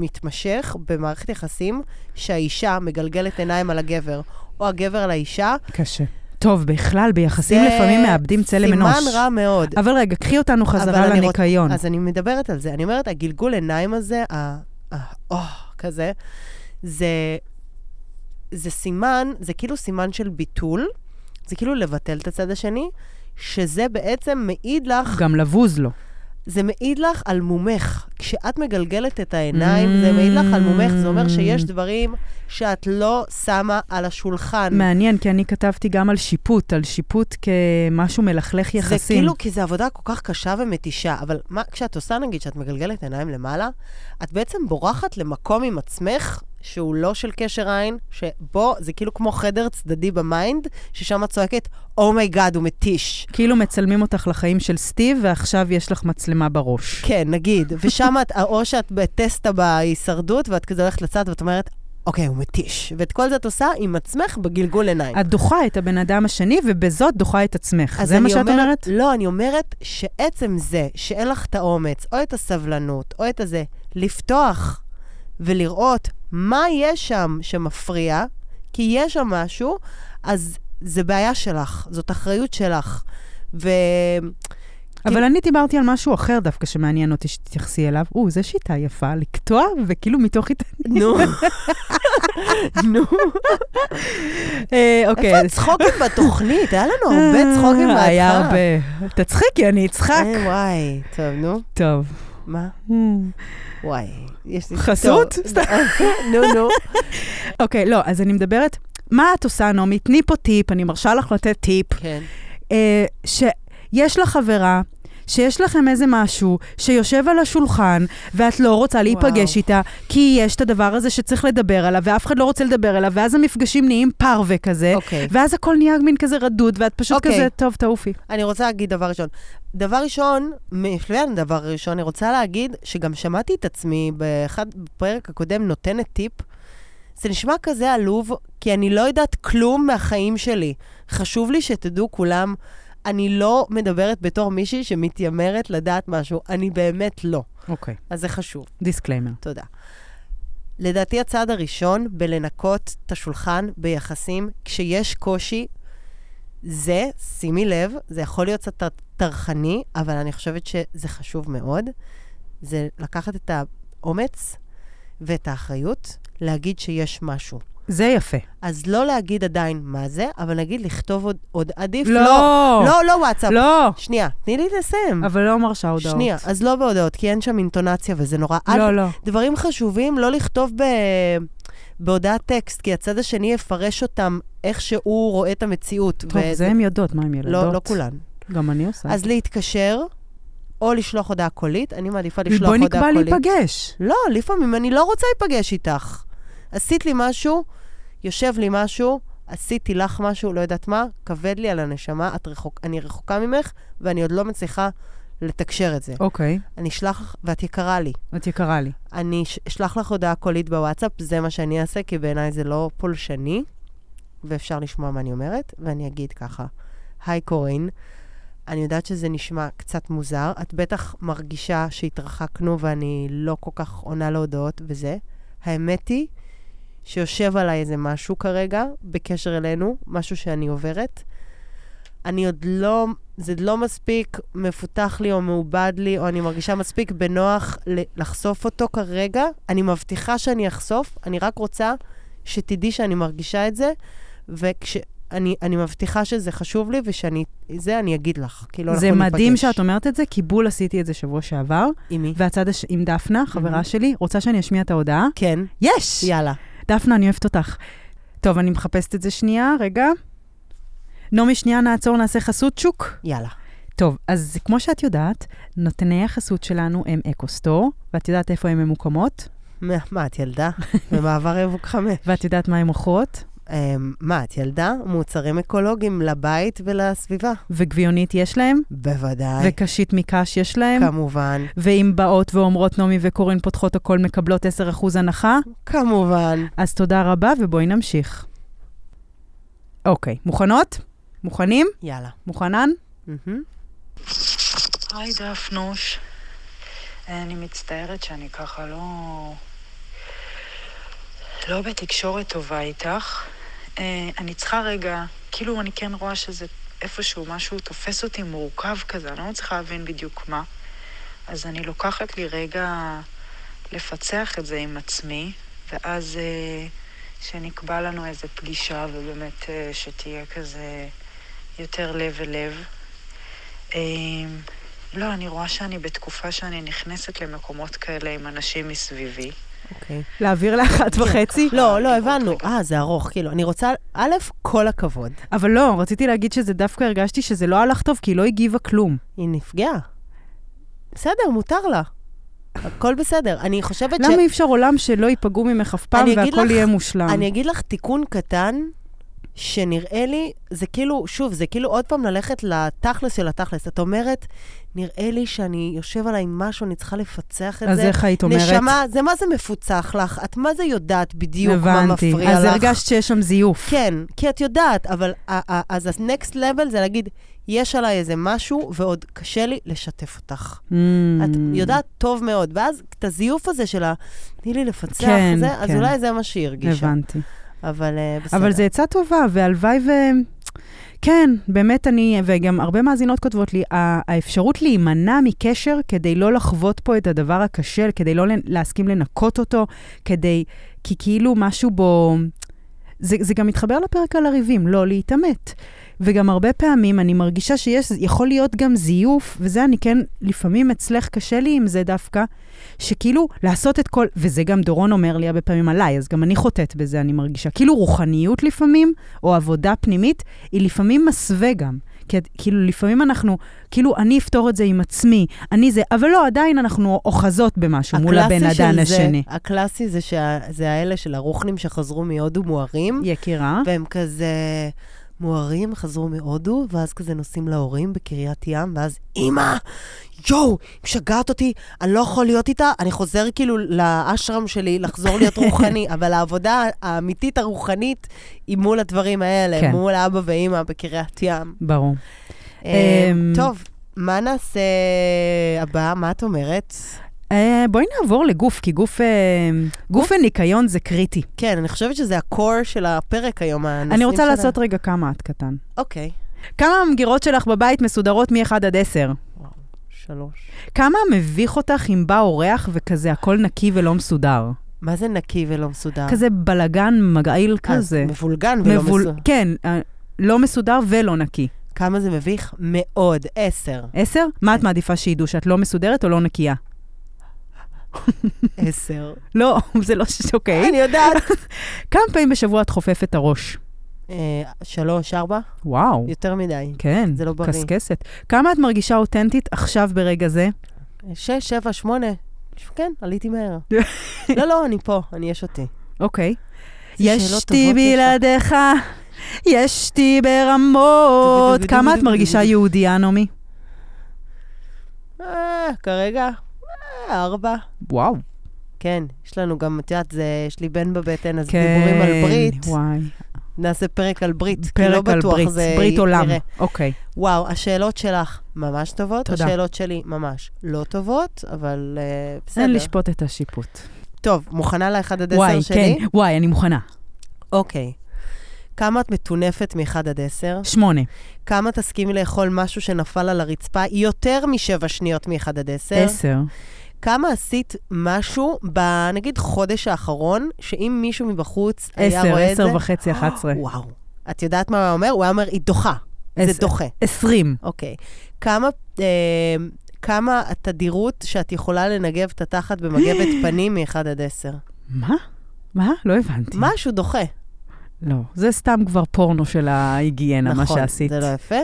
מתמשך במערכת יחסים, שהאישה מגלגלת עיניים על הגבר, או הגבר על האישה, קשה. טוב, בכלל, ביחסים זה לפעמים מאבדים צלם אנוש. סימן רע מאוד. אבל רגע, קחי אותנו חזרה אבל אני רוצ- לניקיון. אז אני מדברת על זה. אני אומרת, הגלגול עיניים הזה, ה... ה- או, כזה, זה... זה סימן, זה כאילו סימן של ביטול, זה כאילו לבטל את הצד השני, שזה בעצם מעיד לך גם לבוז לא. לו. זה מעיד לך על מומך. כשאת מגלגלת את העיניים, זה מעיד לך על מומך, זה אומר שיש דברים שאת לא שמה על השולחן. מעניין, כי אני כתבתי גם על שיפוט, על שיפוט כמשהו מלכלך יחסים. זה כאילו, כי זו עבודה כל כך קשה ומתישה, אבל מה, כשאת עושה, נגיד, שאת מגלגלת עיניים למעלה, את בעצם בורחת למקום עם עצמך שהוא לא של קשר עין, שבו זה כאילו כמו חדר צדדי במיינד, ששם את צועקת, אומייגאד, הוא מתיש. כאילו מצלמים אותך לחיים של סטיב, ועכשיו יש לך מצלמה בראש. כן, נגיד. ושם את, או שאת בטסטה בהישרדות, ואת כזה הולכת לצד ואת אומרת, אוקיי, הוא מתיש. ואת כל זה את עושה עם עצמך בגלגול עיניים. את דוחה את הבן אדם השני, ובזאת דוחה את עצמך. אז זה מה אני שאת אומרת? לא, אני אומרת שעצם זה שאין לך את האומץ, או את הסבלנות, או את הזה, לפתוח ולראות מה יש שם שמפריע, כי יש שם משהו, אז זה בעיה שלך, זאת אחריות שלך. ו... אבל אני דיברתי על משהו אחר דווקא שמעניין אותי שתתייחסי אליו. או, זו שיטה יפה, לקטוע, וכאילו מתוך התעניינות. [LAUGHS] נו, נו. אה, אוקיי. אה, איפה הצחוקים [LAUGHS] בתוכנית? היה לנו הרבה צחוקים בהתחלה. היה הרבה. תצחיקי, אני אצחק. אה, וואי, טוב, נו, טוב. מה? Hmm. וואי. יש לי... חסות? טוב. סתם. [LAUGHS] נו, [LAUGHS] נו. אוקיי, לא, אז אני מדברת, מה את עושה, נעמי? תני פה טיפ, אני מרשה לך לתת טיפ. כן. אה, שיש לך חברה, שיש לכם איזה משהו שיושב על השולחן, ואת לא רוצה להיפגש וואו. איתה, כי יש את הדבר הזה שצריך לדבר עליו, ואף אחד לא רוצה לדבר עליו, ואז המפגשים נהיים פרווה כזה, אוקיי. ואז הכל נהיה מין כזה רדוד, ואת פשוט אוקיי. כזה, טוב, תעופי. אני רוצה להגיד דבר ראשון. דבר ראשון, מפליין דבר ראשון, אני רוצה להגיד שגם שמעתי את עצמי באחד, בפרק הקודם נותנת טיפ. זה נשמע כזה עלוב, כי אני לא יודעת כלום מהחיים שלי. חשוב לי שתדעו כולם, אני לא מדברת בתור מישהי שמתיימרת לדעת משהו. אני באמת לא. אוקיי, אז זה חשוב. דיסקליימר. תודה. לדעתי הצעד הראשון בלנקות את השולחן ביחסים כשיש קושי, זה, שימי לב, זה יכול להיות קצת טרחני, אבל אני חושבת שזה חשוב מאוד, זה לקחת את האומץ ואת האחריות להגיד שיש משהו. זה יפה. אז לא להגיד עדיין מה זה, אבל נגיד לכתוב עוד, עוד עדיף. לא. לא, לא וואטסאפ. לא, שנייה, תני לי לסיים. אבל לא מרשה הודעות. Mm. שנייה, אז לא בהודעות, כי אין שם אינטונציה וזה נורא. אל- לא, לא. דברים חשובים, לא לכתוב ב... בהודעת טקסט, כי הצד השני יפרש אותם איך שהוא רואה את המציאות. טוב, זה הן יודעות, מה הן ילדות? לא, לא כולן. גם אני עושה. אז להתקשר, או לשלוח הודעה קולית, אני מעדיפה לשלוח בואי הודעה קולית. נקבע להיפגש. לא, לפעמים אני לא רוצה להיפגש איתך. עשית לי משהו, יושב לי משהו, עשיתי לך משהו, לא יודעת מה, כבד לי על הנשמה, את רחוק, אני רחוקה ממך, ואני עוד לא מצליחה לתקשר את זה. אוקיי, אני אשלח לך, ואת יקרה לי. את יקרה לי. אני אש- אשלח לך הודעה קולית בוואטסאפ, זה מה שאני אעשה, כי בעיניי זה לא פולשני, ואפשר לשמוע מה אני אומרת, ואני אגיד ככה, היי קורין, אני יודעת שזה נשמע קצת מוזר, את בטח מרגישה שהתרחקנו ואני לא כל כך עונה להודעות וזה. האמת היא שיושב עליי איזה משהו כרגע, בקשר אלינו, משהו שאני עוברת. אני עוד לא, זה לא מספיק מפותח לי או מעובד לי, או אני מרגישה מספיק בנוח ל- לחשוף אותו כרגע. אני מבטיחה שאני אחשוף, אני רק רוצה שתדעי שאני מרגישה את זה, וכש... אני, אני מבטיחה שזה חשוב לי, ושאני, זה אני אגיד לך, כאילו אנחנו זה ניפגש. מדהים שאת אומרת את זה, כי בול עשיתי את זה שבוע שעבר, עם מי? והצד הש... עם דפנה, חברה Mm-hmm. שלי, רוצה שאני אשמיע את ההודעה? כן, יש! יאללה. דפנה, אני אוהבת אותך. טוב, אני מחפשת את זה שנייה, רגע. נעמי, שנייה נעצור, נעשה חסות שוק. יאללה. טוב, אז כמו שאת יודעת, נותני החסות שלנו הם אקו-סטור, ואת יודעת איפה הן ממוקמות, מה, מה, [LAUGHS] את ילדה? במעבר יבוק חמש. ואת יודעת מה הן מוכרות, אמ, מה, את ילדה? מוצרים אקולוגיים לבית ולסביבה. וגביונית יש להם, בוודאי, וקשית מקש יש להם, כמובן. ואם באות ואומרות נעמי וקורין פותחות הכל, מקבלות 10% הנחה, כמובן. אז תודה רבה ובואי נמשיך. אוקיי, מוכנות? מוכנים? יאללה. מוכנן? מהמם. היי דפנוש, אני מצטערת שאני ככה לא... לא בתקשורת טובה איתך. אה, אני צריכה רגע, כאילו אני כן רואה שזה איפשהו משהו תופס אותי מורכב כזה, אני לא מצליחה להבין בדיוק מה. אז אני לוקחת לי רגע לפצח את זה עם עצמי, ואז אה, שנקבע לנו איזה פגישה, ובאמת אה, שתהיה כזה יותר לב ולב. אמ, לא, אני רואה שאני בתקופה שאני נכנסת למקומות כאלה עם אנשים מסביבי. אוקיי. להעביר לאחת וחצי? לא, לא, הבנו. אה, זה ארוך, כאילו. אני רוצה, א', כל הכבוד. אבל לא, רציתי להגיד שזה דווקא הרגשתי שזה לא הלך טוב, כי היא לא הגיבה כלום. היא נפגעה. בסדר, מותר לה. הכל בסדר. אני חושבת ש... למה אי אפשר עולם שלא ייפגעו ממך אף פעם אני אגיד והכל לך- יהיה מושלם? אני אגיד לך תיקון קטן, שנראה לי, זה כאילו, שוב, זה כאילו עוד פעם ללכת לתכלס של התכלס. את אומרת, נראה לי שאני יושב עליי עם משהו, אני צריכה לפצח את אז זה. איך היית אומרת? נשמה, זה מה זה מפוצח לך? את מה זה יודעת בדיוק מה הבנתי. מפריע לך? אז הרגשת שיש שם זיוף. כן, כי את יודעת, אבל ה- ה- אז ה-next level זה להגיד, יש עליי איזה משהו ועוד קשה לי לשתף אותך. Mm. את יודעת טוב מאוד, ואז את הזיוף הזה של ה... תני לי לפצח, כן, זה, אז כן. אולי זה מה שהיא הרגישה. הבנתי. אבל אה, בסדר. אבל זו עצה טובה, והלוואי ו... כן, באמת אני, וגם הרבה מאזינות כותבות לי, "ה- האפשרות להימנע מקשר כדי לא לחוות פה את הדבר הקשה, כדי לא לנ- להסכים לנקות אותו, כדי, כי כאילו משהו בו... זה, זה גם מתחבר לפרק על הריבים, לא להתעמת. וגם הרבה פעמים אני מרגישה שיש, יכול להיות גם זיוף, וזה אני כן, לפעמים אצלך קשה לי עם זה דווקא, שכאילו לעשות את כל, וזה גם דורון אומר לי הרבה פעמים עליי, אז גם אני חוטאת בזה, אני מרגישה. כאילו רוחניות לפעמים, או עבודה פנימית, היא לפעמים מסווה גם. כי את- כאילו, לפעמים אנחנו, כאילו, אני אפתור את זה עם עצמי, אני זה, אבל לא, עדיין אנחנו אוחזות במשהו מול הקלאסי הבן של אדם זה- השני. הקלאסי זה שה- זה האלה של הרוחנים שחזרו מהודו מוארים, יקירה. והם כזה מוארים, חזרו מהודו, ואז כזה נוסעים להורים בקריית ים, ואז אמא, יואו, היא משגעת אותי, אני לא יכול להיות איתה, אני חוזר כאילו לאשרם שלי לחזור [LAUGHS] להיות רוחני, אבל העבודה האמיתית הרוחנית היא מול הדברים האלה, כן. מול אבא ואימא בקריית ים. ברור. אה, אמ, טוב, מה נעשה הבא? מה את אומרת? אה, בואי נעבור לגוף, כי גוף, אה, גוף וניקיון זה קריטי. כן, אני חושבת שזה הקור של הפרק היום, הנושאים אני רוצה שלה. לעשות רגע כמה את קטן. אוקיי. כמה המגירות שלך בבית מסודרות מ-1 עד 10? שלוש. כמה מביך אותך אם בא אורח וכזה הכל נקי ולא מסודר? מה זה נקי ולא מסודר? כזה בלגן מגעיל כזה. אז מבולגן אה. ולא מבול- מסודר. כן, אה, לא מסודר ולא נקי. כמה זה מביך? מאוד. עשר. [LAUGHS] 10? מה את מעדיפה שידעו, שאת לא מסודרת או לא נקייה? עשר. לא, [LAUGHS] זה לא ש... אוקיי. אני יודעת. כמה פעמים בשבוע את חופפת את הראש? אה, שלוש, ארבע? וואו. יותר מדי. כן, זה לא בריא. קסקסת. כמה את מרגישה אותנטית עכשיו ברגע זה? כן. שש, שבע, שמונה. כן, עליתי [LAUGHS] מהר. לא, לא, אני פה, אני יש אותי. אוקיי. איזה שאלות ישתי טובות יש לך. בלעדיך, ישתי ברמות. דו- דו- כמה דו- את דו- מרגישה דו- דו- יהודייה, נעמי? אה, כרגע, אה, ארבע. וואו. כן, יש לנו גם, את יודעת, זה- יש לי בן בבטן, אז כן. דיבורים על ברית. וואי. נעשה פרק על ברית, כי לא פרק על בטוח ברית, זה... ברית עולם. תראה, אוקיי. וואו, השאלות שלך ממש טובות, תודה. השאלות שלי ממש לא טובות, אבל אה, אין בסדר. לשפוט את השיפוט. טוב, מוכנה לאחד עד עשר וואי, שלי? כן. וואי, אני מוכנה. אוקיי. כמה את מטונפת מאחד עד עשר? שמונה. כמה תסכימי לאכול משהו שנפל על הרצפה יותר משבע שניות מאחד עד עשר? עשר. כמה עשית משהו, ב- נגיד חודש האחרון, שאם מישהו מבחוץ היה עשר, רואה את זה... אה, עשר וחצי, אחת עשרה. וואו. את יודעת מה הוא אומר? הוא היה אומר, היא דוחה. זה עשר. דוחה. עשרים. אוקיי. כמה, אה, כמה התדירות שאת יכולה לנגב את התחת [GASPS] במגבת פנים מ-1 עד 10? מה? מה? לא הבנתי. משהו דוחה. לא. זה סתם כבר פורנו של ההיגיינה, מה נכון, שעשית. זה לא יפה.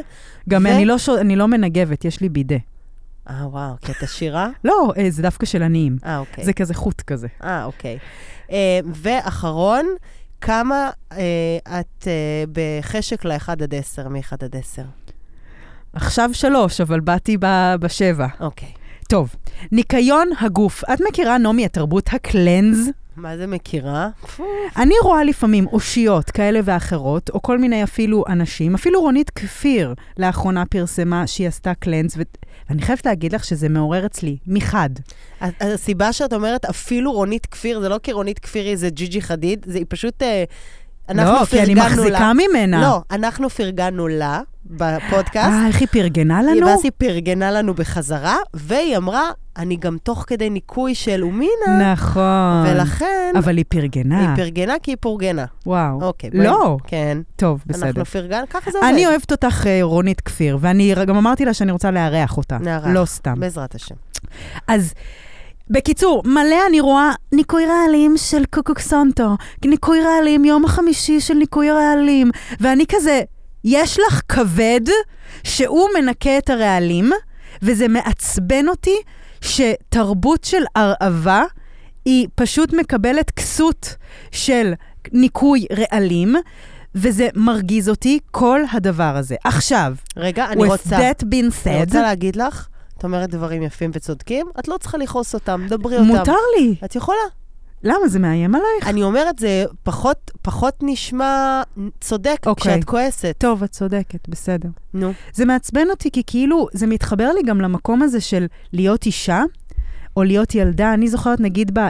גם ו- אני לא ש- אני לא מנגבת, יש לי בידה. אה, וואו, כי את עשירה? לא, אה, זה דווקא של עניים. אה, אוקיי. זה כזה חוט כזה. אה, אוקיי. אה, ואחרון, כמה אה, את אה, בחשק ל-1 עד 10, מ-1 עד 10? עכשיו שלוש, אבל באתי ב- בשבע. אוקיי. טוב, ניקיון הגוף. את מכירה, נעמי, את תרבות הקלנז? מה זה מכירה? אני רואה לפעמים אושיות כאלה ואחרות, או כל מיני אפילו אנשים, אפילו רונית כפיר לאחרונה פרסמה שהיא עשתה קלנס, ו- ואני חייבת להגיד לך שזה מעורר אצלי מחד. אז- אז הסיבה שאת אומרת אפילו רונית כפיר, זה לא כי רונית כפיר היא איזה ג'יג'י חדיד, זה היא פשוט... אה, אנחנו לא, כי אני פרגנו מחזיקה לה. ממנה. לא, אנחנו פרגנו לה בפודקאסט, אה, איך היא פרגנה לנו? ואז היא פרגנה לנו בחזרה, והיא אמרה, אני גם תוך כדי ניקוי של אומינה, נכון. ולכן אבל היא פרגנה. היא פרגנה כי היא פורגנה. וואו. אוקיי, בואי. אה. לא. כן, טוב, בסדר. אנחנו פרגן, ככה זה אני עובד. אוהבת אותך, אה, רונית כפיר, ואני גם אמרתי לה שאני רוצה לארח אותה. נארח. לא סתם. בעזרת השם. אז בקיצור, מלא אני רואה ניקוי רעלים של קוקוקסונטו, ניקוי רעלים, יום החמישי של ניקוי רעלים, ואני כזה, יש לך כבד שהוא מנקה את הרעלים, וזה מעצבן אותי שתרבות של הרעבה היא פשוט מקבלת כסות של ניקוי רעלים. וזה מרגיז אותי, כל הדבר הזה. עכשיו, רגע, אני with רוצה, that being אני said, רוצה להגיד לך, את אומרת דברים יפים וצודקים, את לא צריכה לכעוס אותם, דברי אותם. מותר לי. את יכולה. למה, זה מאיים עלייך? אני אומרת, זה פחות, פחות נשמע צודק אוקיי. כשאת כועסת. טוב, את צודקת, בסדר. נו. זה מעצבן אותי, כי כאילו, זה מתחבר לי גם למקום הזה של להיות אישה, או להיות ילדה. אני זוכרת, נגיד, ב,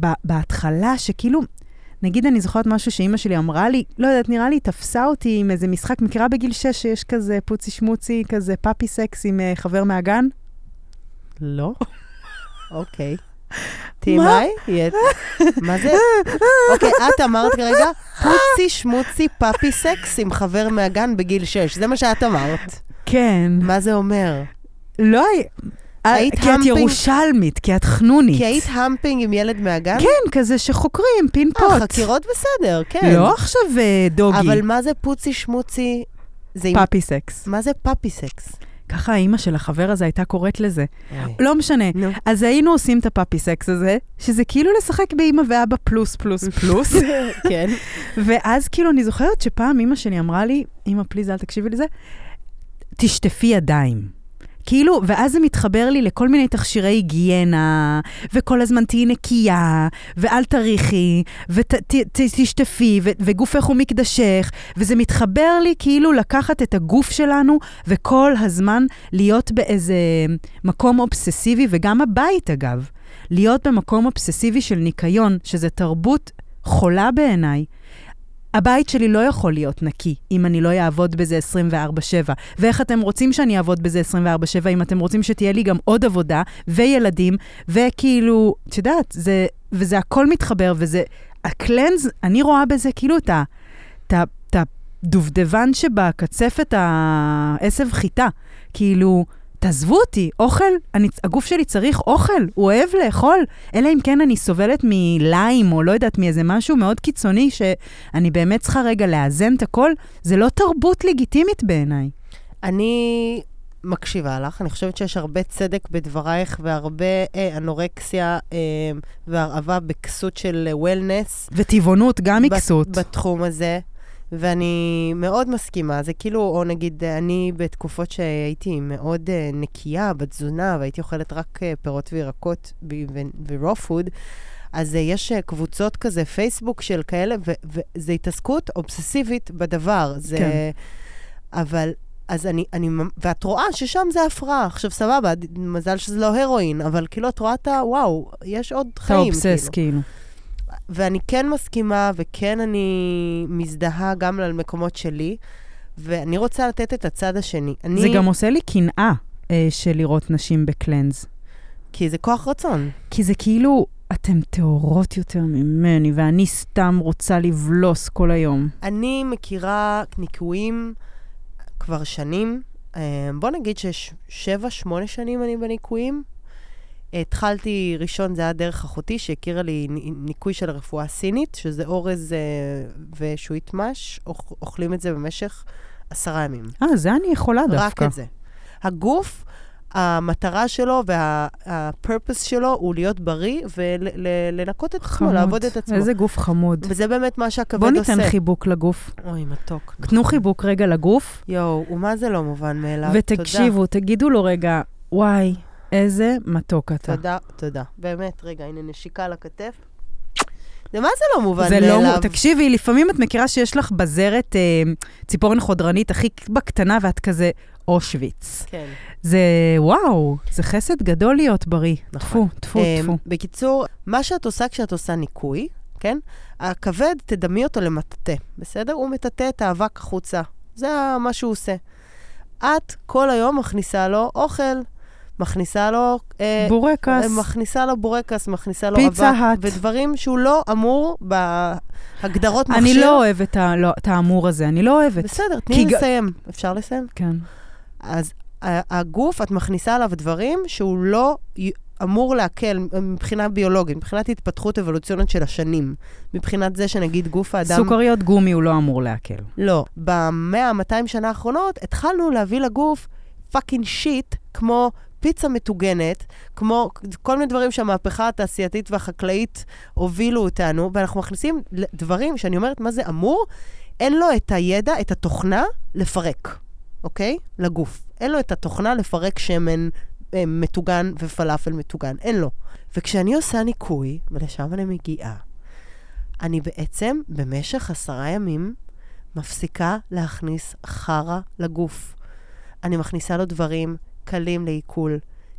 ב, בהתחלה, שכאילו, נגיד, אני זוכרת משהו שאימא שלי אמרה לי, לא יודעת, נראה לי, היא תפסה אותי עם איזה משחק, מכירה בגיל 6 שיש כזה פוצי שמוצי, כזה פאפי סקס עם אה, חבר מהגן? לא. [LAUGHS] אוקיי. מה? TMI? יהיה- מה [LAUGHS] זה? אוקיי, את אמרת כרגע, פוצי שמוצי פאפי סקס עם חבר מהגן בגיל 6. זה מה שאת אמרת. כן. מה זה אומר? לא, הי- היית כי את המפינג? ירושלמית, כי את חנונית. כי היית המפינג עם ילד מהגן? כן, כזה שחוקרים, פינפוט. אה, חקירות בסדר, כן. לא עכשיו אה, דוגי, אבל מה זה פוצי שמוצי? זה עם... פאפי סקס. מה זה פאפי סקס? ככה האימא של החבר הזה הייתה קוראת לזה. אוי. לא משנה. נו. אז היינו עושים את הפאפי סקס הזה, שזה כאילו לשחק באימא ואבא פלוס פלוס פלוס. כן. ואז כאילו אני זוכרת שפעם אימא שלי אמרה לי, אימא פליז אל תקשיבי לזה, תשטפי ידיים. כאילו, ואז זה מתחבר לי לכל מיני תכשירי היגיינה, וכל הזמן תהיי נקייה, ואל תריחי, ותשטפי, וגופך ומקדשך, וזה מתחבר לי כאילו לקחת את הגוף שלנו, וכל הזמן להיות באיזה מקום אובססיבי, וגם הבית אגב, להיות במקום אובססיבי של ניקיון, שזה תרבות חולה בעיניי. הבית שלי לא יכול להיות נקי אם אני לא אעבוד בזה 24/7. ואיך אתם רוצים שאני אעבוד בזה 24/7 אם אתם רוצים שתהיה לי גם עוד עבודה וילדים, וכאילו, את יודעת, זה, וזה הכל מתחבר, וזה, הקלנז, אני רואה בזה כאילו את ה- את ה- את הדובדבן שבקצפת העשב חיטה. כאילו, תעזבו אותי, אוכל, אני, הגוף שלי צריך אוכל, הוא אוהב לאכול. אלא אם כן אני סובלת מליים, או לא יודעת, מאיזה משהו מאוד קיצוני, שאני באמת צריכה רגע לאזן את הכל, זה לא תרבות לגיטימית בעיניי. אני מקשיבה לך, אני חושבת שיש הרבה צדק בדברייך והרבה אה, אנורקסיה אה, והרעבה בכסות של אה, וולנס. וטבעונות גם מכסות. בתחום הזה. ואני מאוד מסכימה, זה כאילו, או נגיד, אני בתקופות שהייתי מאוד אה, נקייה בתזונה, והייתי אוכלת רק אה, פירות וירקות ו-raw food, אז אה, יש אה, קבוצות כזה, פייסבוק של כאלה, ו- וזה התעסקות אובססיבית בדבר. זה... כן. אבל, אז אני, אני, ממ- ואת רואה ששם זה הפרעה. עכשיו, סבבה, ד- מזל שזה לא הרואין, אבל כאילו, את רואה את ה... וואו, יש עוד אתה חיים. אובסס, כאילו. ואני כן מסכימה, וכן אני מזדהה גם על מקומות שלי, ואני רוצה לתת את הצד השני. אני, זה גם עושה לי קנאה אה, של לראות נשים בקלנז. כי זה כוח רצון. כי זה כאילו, אתן טהורות יותר ממני, ואני סתם רוצה לבלוס כל היום. אני מכירה ניקויים כבר שנים. אה, בוא נגיד ששבע, שמונה שנים אני בניקויים. התחלתי ראשון, זה היה דרך אחותי שהכירה לי נ- ניקוי של הרפואה הסינית, שזה אורז אה, ושועית מש, אוכ- אוכלים את זה במשך עשרה ימים. אה, זה אני יכולה דווקא. רק את זה. הגוף, המטרה שלו וה-purpose שלו הוא להיות בריא ולנקות את עצמו, חמוד. לעבוד את עצמו. איזה גוף חמוד. וזה באמת מה שהכבד בוא עושה. ניתן חיבוק לגוף. אוי, מתוק. תנו חיבוק רגע לגוף, יואו, ומה זה לא מובן מאליו. ותקשיבו, תגידו לו רגע, וואי, איזה מתוק אתה. תודה, תודה, תודה. באמת, רגע, הנה נשיקה לכתף. זה מה זה לא מובן זה מאליו. לא... מ- תקשיבי, לפעמים את מכירה שיש לך בזרת אה, ציפורן חודרנית הכי בקטנה, ואת כזה אושוויץ. כן. זה וואו, זה חסד גדול להיות בריא. טפו, טפו, אמ, טפו. בקיצור, מה שאת עושה כשאת עושה ניקוי, כן? הכבד, תדמי אותו למטאטא, בסדר? הוא מטאטא את האבק החוצה. זה ה- מה שהוא עושה. את כל היום מכניסה לו אוכל, מכניסה לו... אה, בורקס. אה, מכניסה לו בורקס, מכניסה לו פיצה אבק, האט. ודברים שהוא לא אמור בהגדרות מכשיר. אני לא אוהבת ה- לא, את האמור הזה, אני לא אוהבת. בסדר, כי תני ג- לי לסיים. אפשר לסיים? כן. אז ה- הגוף, את מכניסה עליו דברים שהוא לא י- אמור להקל אה, מבחינה ביולוגית, מבחינת התפתחות אבולוציונית של השנים. מבחינת זה שנגיד גוף האדם... סוכריות גומי הוא לא אמור להקל. לא. במאה, 200 שנה האחרונות התחלנו להביא לגוף פאקינג שיט, כמו פיצה מטוגנת, כמו כל מיני דברים שהמהפכה התעשייתית והחקלאית הובילו אותנו, ואנחנו מכניסים ל- דברים שאני אומרת, מה זה אמור? אין לו את הידע, את התוכנה, לפרק, אוקיי? לגוף. אין לו את התוכנה לפרק שמן אה, מטוגן ופלאפל מטוגן, אין לו. וכשאני עושה ניקוי, ולשם אני מגיעה, אני בעצם במשך עשרה ימים מפסיקה להכניס חרא לגוף. אני מכניסה לו דברים קלים לעיכול,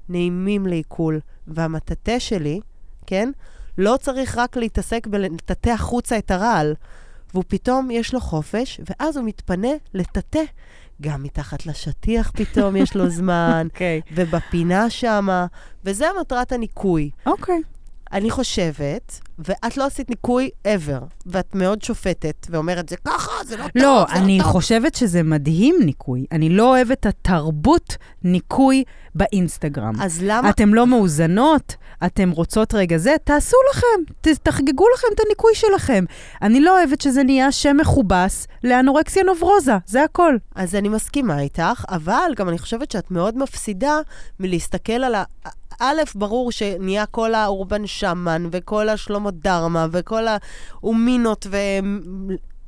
נעימים לעיכול, והמטאטא שלי, כן, לא צריך רק להתעסק בלטאטא החוצה את הרעל, והוא פתאום יש לו חופש, ואז הוא מתפנה לטאטא. גם מתחת לשטיח פתאום יש לו זמן, אוקיי. ובפינה שמה, וזה מטרת הניקוי. אוקיי. אני חושבת, ואת לא עשית ניקוי ever, ואת מאוד שופטת, ואומרת, זה ככה, זה לא טוב, לא, זה לא אני טוב." חושבת שזה מדהים ניקוי. אני לא אוהבת את התרבות ניקוי באינסטגרם. אז למה... אתם לא מאוזנות, אתם רוצות רגע זה, תעשו לכם, ת, תחגגו לכם את הניקוי שלכם. אני לא אוהבת שזה נהיה שם מכובס לאנורקסיה נוברוזה, זה הכל. אז אני מסכימה איתך, אבל גם אני חושבת שאת מאוד מפסידה מלהסתכל על ה... א', ברור שנהיה כל האורבן שמן, וכל השלמה דרמה, וכל האומינות, ו...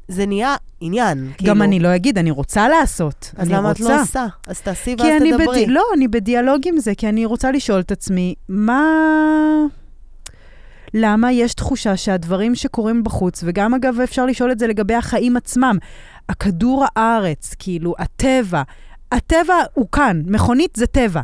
זה נהיה עניין. כאילו... גם כאילו. אני לא אגיד, אני רוצה לעשות. אז אני למה את רוצה. לא עושה? אז תעשי ואז כי אני תדברי. בד... לא, אני בדיאלוג עם זה, כי אני רוצה לשאול את עצמי, מה... למה יש תחושה שהדברים שקורים בחוץ, וגם אגב אפשר לשאול את זה לגבי החיים עצמם, הכדור הארץ, כאילו, הטבע, הטבע הוא כאן, מכונית זה טבע.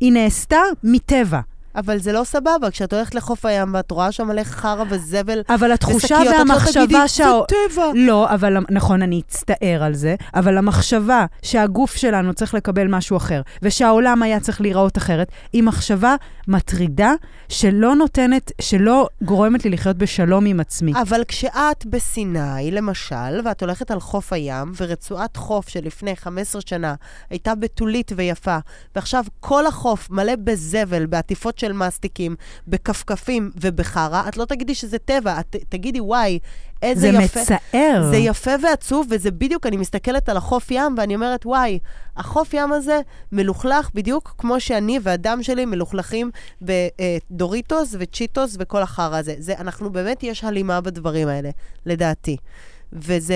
היא נעשתה מטבע. אבל זה לא סבבה, כשאת הולכת לחוף הים ואת רואה שם מלא חרא וזבל אבל התחושה ושקיות, את לא תגידי, והמחשבה שה... זה טבע. לא, אבל נכון, אני אצטער על זה, אבל המחשבה שהגוף שלנו צריך לקבל משהו אחר, ושהעולם היה צריך להיראות אחרת, היא מחשבה מטרידה שלא נותנת, שלא גורמת לי לחיות בשלום עם עצמי. אבל כשאת בסיני, למשל, ואת הולכת על חוף הים, ורצועת חוף שלפני 15 שנה הייתה בתולית ויפה, ועכשיו כל החוף מלא בזבל, בעטיפות של מסטיקים, בכפכפים ובחרא, את לא תגידי שזה טבע, את ת- תגידי, וואי, איזה זה יפה. מצער. זה יפה ועצוב, וזה בדיוק, אני מסתכלת על החוף ים ואני אומרת, וואי, החוף ים הזה מלוכלך בדיוק כמו שאני והדם שלי מלוכלכים בדוריטוס וצ'יטוס וכל החרא הזה. זה, אנחנו באמת, יש הלימה בדברים האלה, לדעתי. וזה,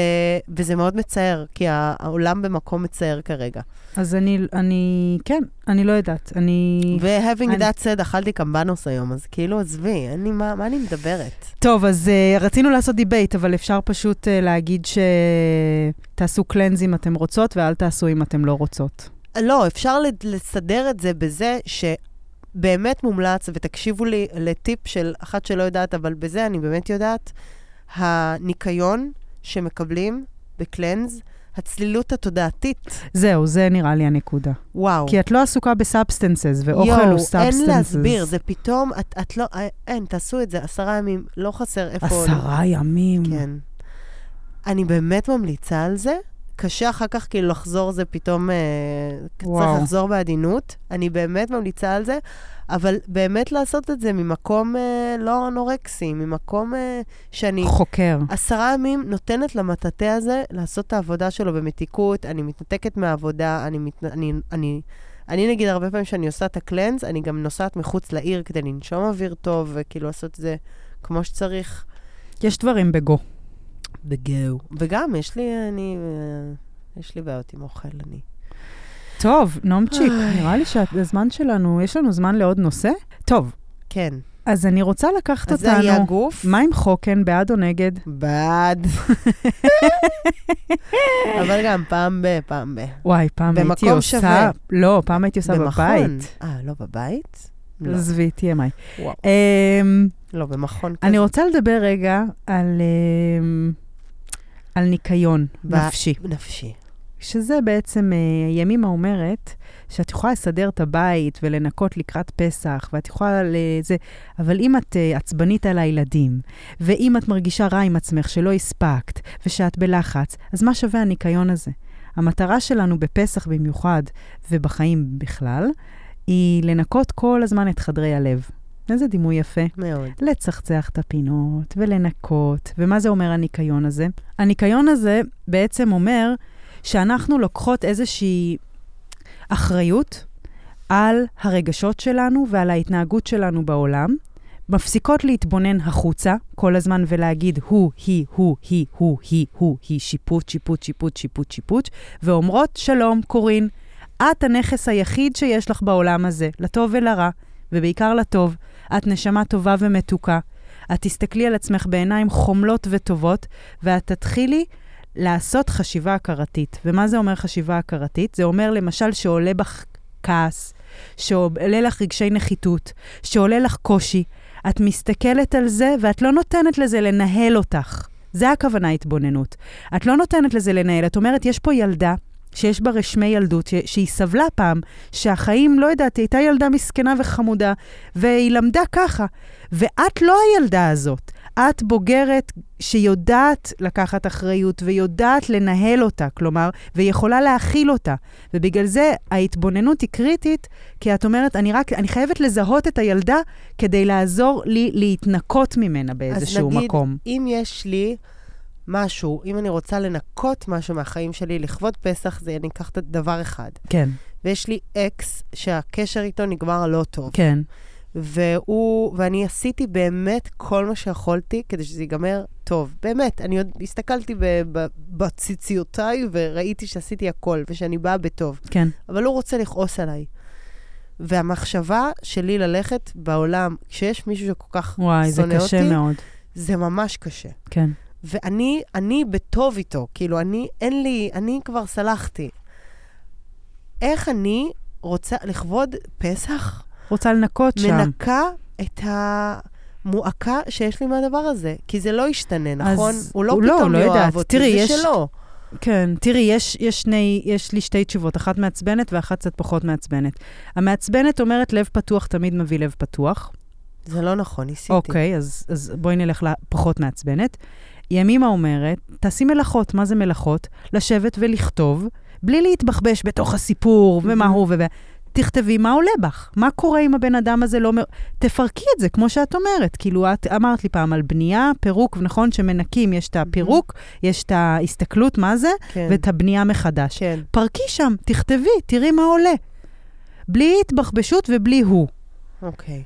וזה מאוד מצער, כי ה- העולם במקום מצער כרגע. אז אני, אני, כן, אני לא יודעת. אני... ו-having אני- that said, אכלתי קמבנוס היום, אז כאילו, עזבי, אין לי מה, מה אני מדברת? טוב, אז uh, רצינו לעשות דיבייט, אבל אפשר פשוט uh, להגיד שתעשו קלנז אם אתם רוצות, ואל תעשו אם אתם לא רוצות. לא, אפשר לד- לסדר את זה בזה שבאמת מומלץ, ותקשיבו לי לטיפ של אחת שלא יודעת, אבל בזה אני באמת יודעת, הניקיון שמקבלים בקלנז, הצלילות התודעתית, זהו, זה נראה לי הנקודה. וואו. כי את לא עסוקה בסאבסטנסס, ואוכל יואו, הוא סאבסטנסס. אין להסביר, זה פתאום, את, את לא, אין, תעשו את זה, עשרה ימים, לא חסר איפה... עשרה ימים. כן. אני באמת ממליצה על זה. קשה אחר כך כאילו לחזור, זה פתאום... אה, וואו. צריך לחזור בעדינות. אני באמת ממליצה על זה, אבל באמת לעשות את זה ממקום אה, לא אנורקסי, ממקום אה, שאני... חוקר. עשרה ימים נותנת למטאטא הזה לעשות את העבודה שלו במתיקות, אני מתנתקת מהעבודה, אני, מת... אני, אני, אני נגיד הרבה פעמים שאני עושה את הקלנס, אני גם נוסעת מחוץ לעיר כדי לנשום אוויר טוב, וכאילו לעשות את זה כמו שצריך. יש דברים בגו. בגאו. וגם, יש לי, אני... אה, יש לי בעיות עם אוכל, אני. טוב, נעמצ'יק, נראה לי שהזמן שלנו, יש לנו זמן לעוד נושא? טוב, כן. אז אני רוצה לקחת אז זה היה אותנו... הגוף. מה עם חוקן, בעד או נגד? [LAUGHS] בעד. אבל גם פעם ב... פעם ב... וואי, פעם הייתי במקום עושה... שווה. לא, פעם הייתי עושה במכון. בבית. אה, לא בבית? לא. עזבי, TMI. וואו. אמ, לא, במכון כזה. אני רוצה לדבר רגע על, אמ, על ניקיון ב- נפשי, נפשי. שזה בעצם, אה, ימימה אומרת, שאת יכולה לסדר את הבית ולנקות לקראת פסח, ואת יכולה לזה, אבל אם את אה, עצבנית על הילדים, ואם את מרגישה רע עם עצמך שלא הספקת, ושאת בלחץ, אז מה שווה הניקיון הזה? המטרה שלנו בפסח במיוחד, ובחיים בכלל, היא לנקות כל הזמן את חדרי הלב. איזה דימוי יפה. מאוד. לצחצח את הפינות ולנקות. ומה זה אומר הניקיון הזה? הניקיון הזה בעצם אומר שאנחנו לוקחות איזושהי אחריות על הרגשות שלנו ועל ההתנהגות שלנו בעולם, מפסיקות להתבונן החוצה כל הזמן ולהגיד הוא, היא, הוא, היא, הוא, היא, הוא, היא, שיפוט, שיפוט, שיפוט, שיפוט, שיפוט, ואומרות שלום, קורין, את הנכס היחיד שיש לך בעולם הזה, לטוב ולרע, ובעיקר לטוב. את נשמה טובה ומתוקה. את תסתכלי על עצמך בעיניים חומלות וטובות, ואת תתחילי לעשות חשיבה הכרתית. ומה זה אומר חשיבה הכרתית? זה אומר למשל שעולה בך כעס, שעולה לך רגשי נחיתות, שעולה לך קושי. את מסתכלת על זה ואת לא נותנת לזה לנהל אותך. זה הכוונה התבוננות. את לא נותנת לזה לנהל. את אומרת, יש פה ילדה שיש בה רשמי ילדות, ש- שהיא סבלה פעם, שהחיים, לא יודעת, היא הייתה ילדה מסכנה וחמודה, והיא למדה ככה. ואת לא הילדה הזאת. את בוגרת שיודעת לקחת אחריות ויודעת לנהל אותה, כלומר, ויכולה להכיל אותה. ובגלל זה ההתבוננות היא קריטית, כי את אומרת, אני רק, אני חייבת לזהות את הילדה כדי לעזור לי להתנקות ממנה באיזשהו נגיד, מקום. אם יש לי משהו, אם אני רוצה לנקות משהו מהחיים שלי, לכבוד פסח, זה אני אקח את דבר אחד. כן, ויש לי אקס שהקשר איתו נגמר לא טוב. כן. והוא, ואני עשיתי באמת כל מה שיכולתי כדי שזה ייגמר טוב. באמת, אני עוד הסתכלתי ב- ב- בציציותיי וראיתי שעשיתי הכל ושאני באה בטוב. כן. אבל הוא רוצה לכעוס עליי. והמחשבה שלי ללכת בעולם, כשיש מישהו שכל כך וואי, זה שונא אותי, קשה מאוד. זה ממש קשה. כן. ואני, אני בטוב איתו, כאילו, אני, אין לי, אני כבר סלחתי. איך אני רוצה, לכבוד פסח, רוצה לנקות שם. מנקה את המועקה שיש לי מהדבר הזה. כי זה לא ישתנה, נכון? הוא לא הוא לא, פתאום לא לא יודעת. יאהב אותי, תראי, זה יש- שלו. כן, תראי, יש, יש, שני, יש לי שתי תשובות, אחת מעצבנת ואחת קצת פחות מעצבנת. המעצבנת אומרת, לב פתוח תמיד מביא לב פתוח. זה לא נכון, ניסיתי. אוקיי, אז, אז בואי נלך לפחות מעצבנת. ימימה אומרת, תעשי מלאכות, מה זה מלאכות? לשבת ולכתוב, בלי להתבחבש בתוך הסיפור ומה הוא ו... תכתבי מה עולה בך, מה קורה אם הבן אדם הזה לא... מ- תפרקי את זה, כמו שאת אומרת. כאילו, את אמרת לי פעם על בנייה, פירוק, נכון, שמנקים, יש את הפירוק, יש את ההסתכלות, מה זה, כן, ואת הבנייה מחדש. כן. פרקי שם, תכתבי, תראי מה עולה. בלי התבחבשות ובלי הוא. אוקיי.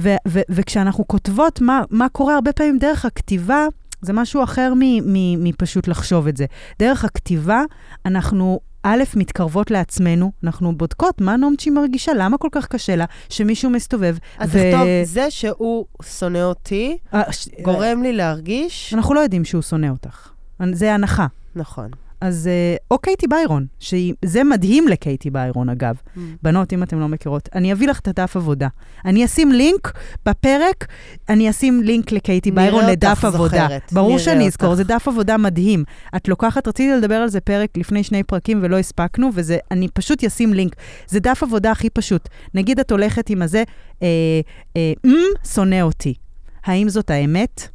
ו- ו- וכשאנחנו כותבות מה, מה קורה, הרבה פעמים דרך הכתיבה, זה משהו אחר מ- מ- מפשוט לחשוב את זה. דרך הכתיבה, אנחנו א', מתקרבות לעצמנו, אנחנו בודקות מה נומצ'י מרגישה, למה כל כך קשה לה שמישהו מסתובב. אז ו- תכתוב, זה שהוא שונא אותי, אה, ש- גורם לי להרגיש... אנחנו לא יודעים שהוא שונא אותך. זה הנחה. נכון. אז, אה, או קייטי ביירון, שזה מדהים לקייטי ביירון, אגב. Mm. בנות, אם אתן לא מכירות, אני אביא לך את הדף עבודה. אני אשים לינק בפרק, אני אשים לינק לקייטי נראה ביירון אותך לדף עבודה. זוכרת, ברור נראה שאני אזכור, אותך. זה דף עבודה מדהים. את לוקחת, רציתי לדבר על זה פרק לפני שני פרקים ולא הספקנו, וזה, אני פשוט אשים לינק. זה דף עבודה הכי פשוט. נגיד את הולכת עם הזה, אה, אה, "מ, שונא אותי. האם זאת האמת?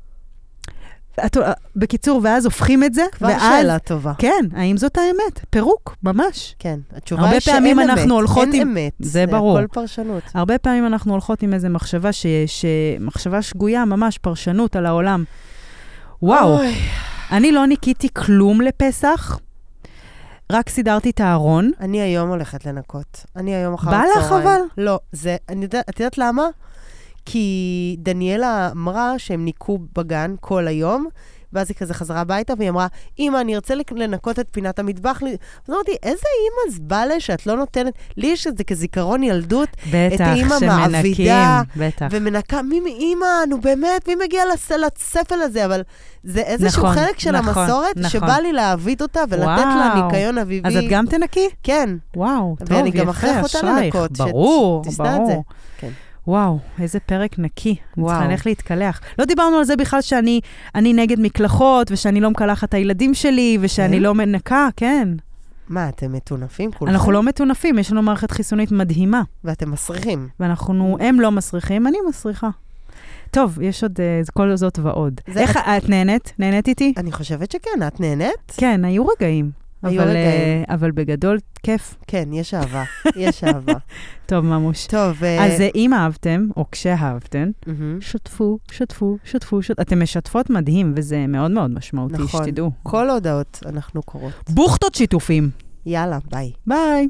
את, אה, בקיצור, ואז הופכים את זה, כבר ואז... שאלה טובה. כן, האם זאת האמת? פירוק, ממש. כן, התשובה הרבה היא שאין פעמים אנחנו אמת, הולכות אין עם- אמת. זה ברור. הכל פרשנות. הרבה פעמים אנחנו הולכות עם איזה מחשבה, ש... ש... מחשבה שגויה, ממש פרשנות על העולם. וואו, אוי, אני לא ניקיתי כלום לפסח, רק סידרתי את הארון. אני היום הולכת לנקות. אני היום אחר בא הצהריים. לך, אבל? לא, זה... אני יודעת, את יודעת למה? כי דניאלה אמרה שהם ניקו בגן כל היום, ואז היא כזה חזרה הביתה, והיא אמרה, אמא, אני ארצה לק- לנקות את פינת המטבח. לי." אז אמרתי, איזה אמא זבלה שאת לא נותנת? לי יש את זה כזיכרון ילדות, בטח, האמא שמנקים. מעבידה, בטח. ומנקה, מי מאימא, נו באמת, מי מגיע לס- לספל הזה? אבל זה איזשהו נכון, חלק של נכון, המסורת נכון. שבא לי להעביד אותה ולתת לה וואו. ניקיון אביבי. אז את גם תנקי? כן. וואו, טוב, יפה, ואני גם אכריח אותה אשרייך. לנקות, ש- ברור, שתשנא את ברור. כן. וואו, איזה פרק נקי. וואו. וואו. צריכה ללכת להתקלח. לא דיברנו על זה בכלל שאני אני נגד מקלחות, ושאני לא מקלחת את הילדים שלי, ושאני כן? לא מנקה, כן. מה, אתם מטונפים כולכם? אנחנו לא מטונפים, יש לנו מערכת חיסונית מדהימה. ואתם [LAUGHS] מסריחים. ואנחנו, הם לא מסריחים, אני מסריחה. טוב, יש עוד אה, כל זאת ועוד. זה- איך את נהנית? נהנית איתי? אני חושבת שכן, את נהנית? כן, היו רגעים. היו אבל, אה, רגעים. אבל בגדול, כיף. כן, יש אהבה. יש אהבה. [LAUGHS] טוב, ממוש. טוב, אה, אז אה, אם אהבתם, או כשאהבתם, מהמם. שתפו, שתפו, שתפו, שת... אתן משתפות מדהים, וזה מאוד מאוד משמעותי, נכון. שתדעו. כל ההודעות אנחנו קוראות. בוכטות שיתופים. יאללה, ביי. ביי.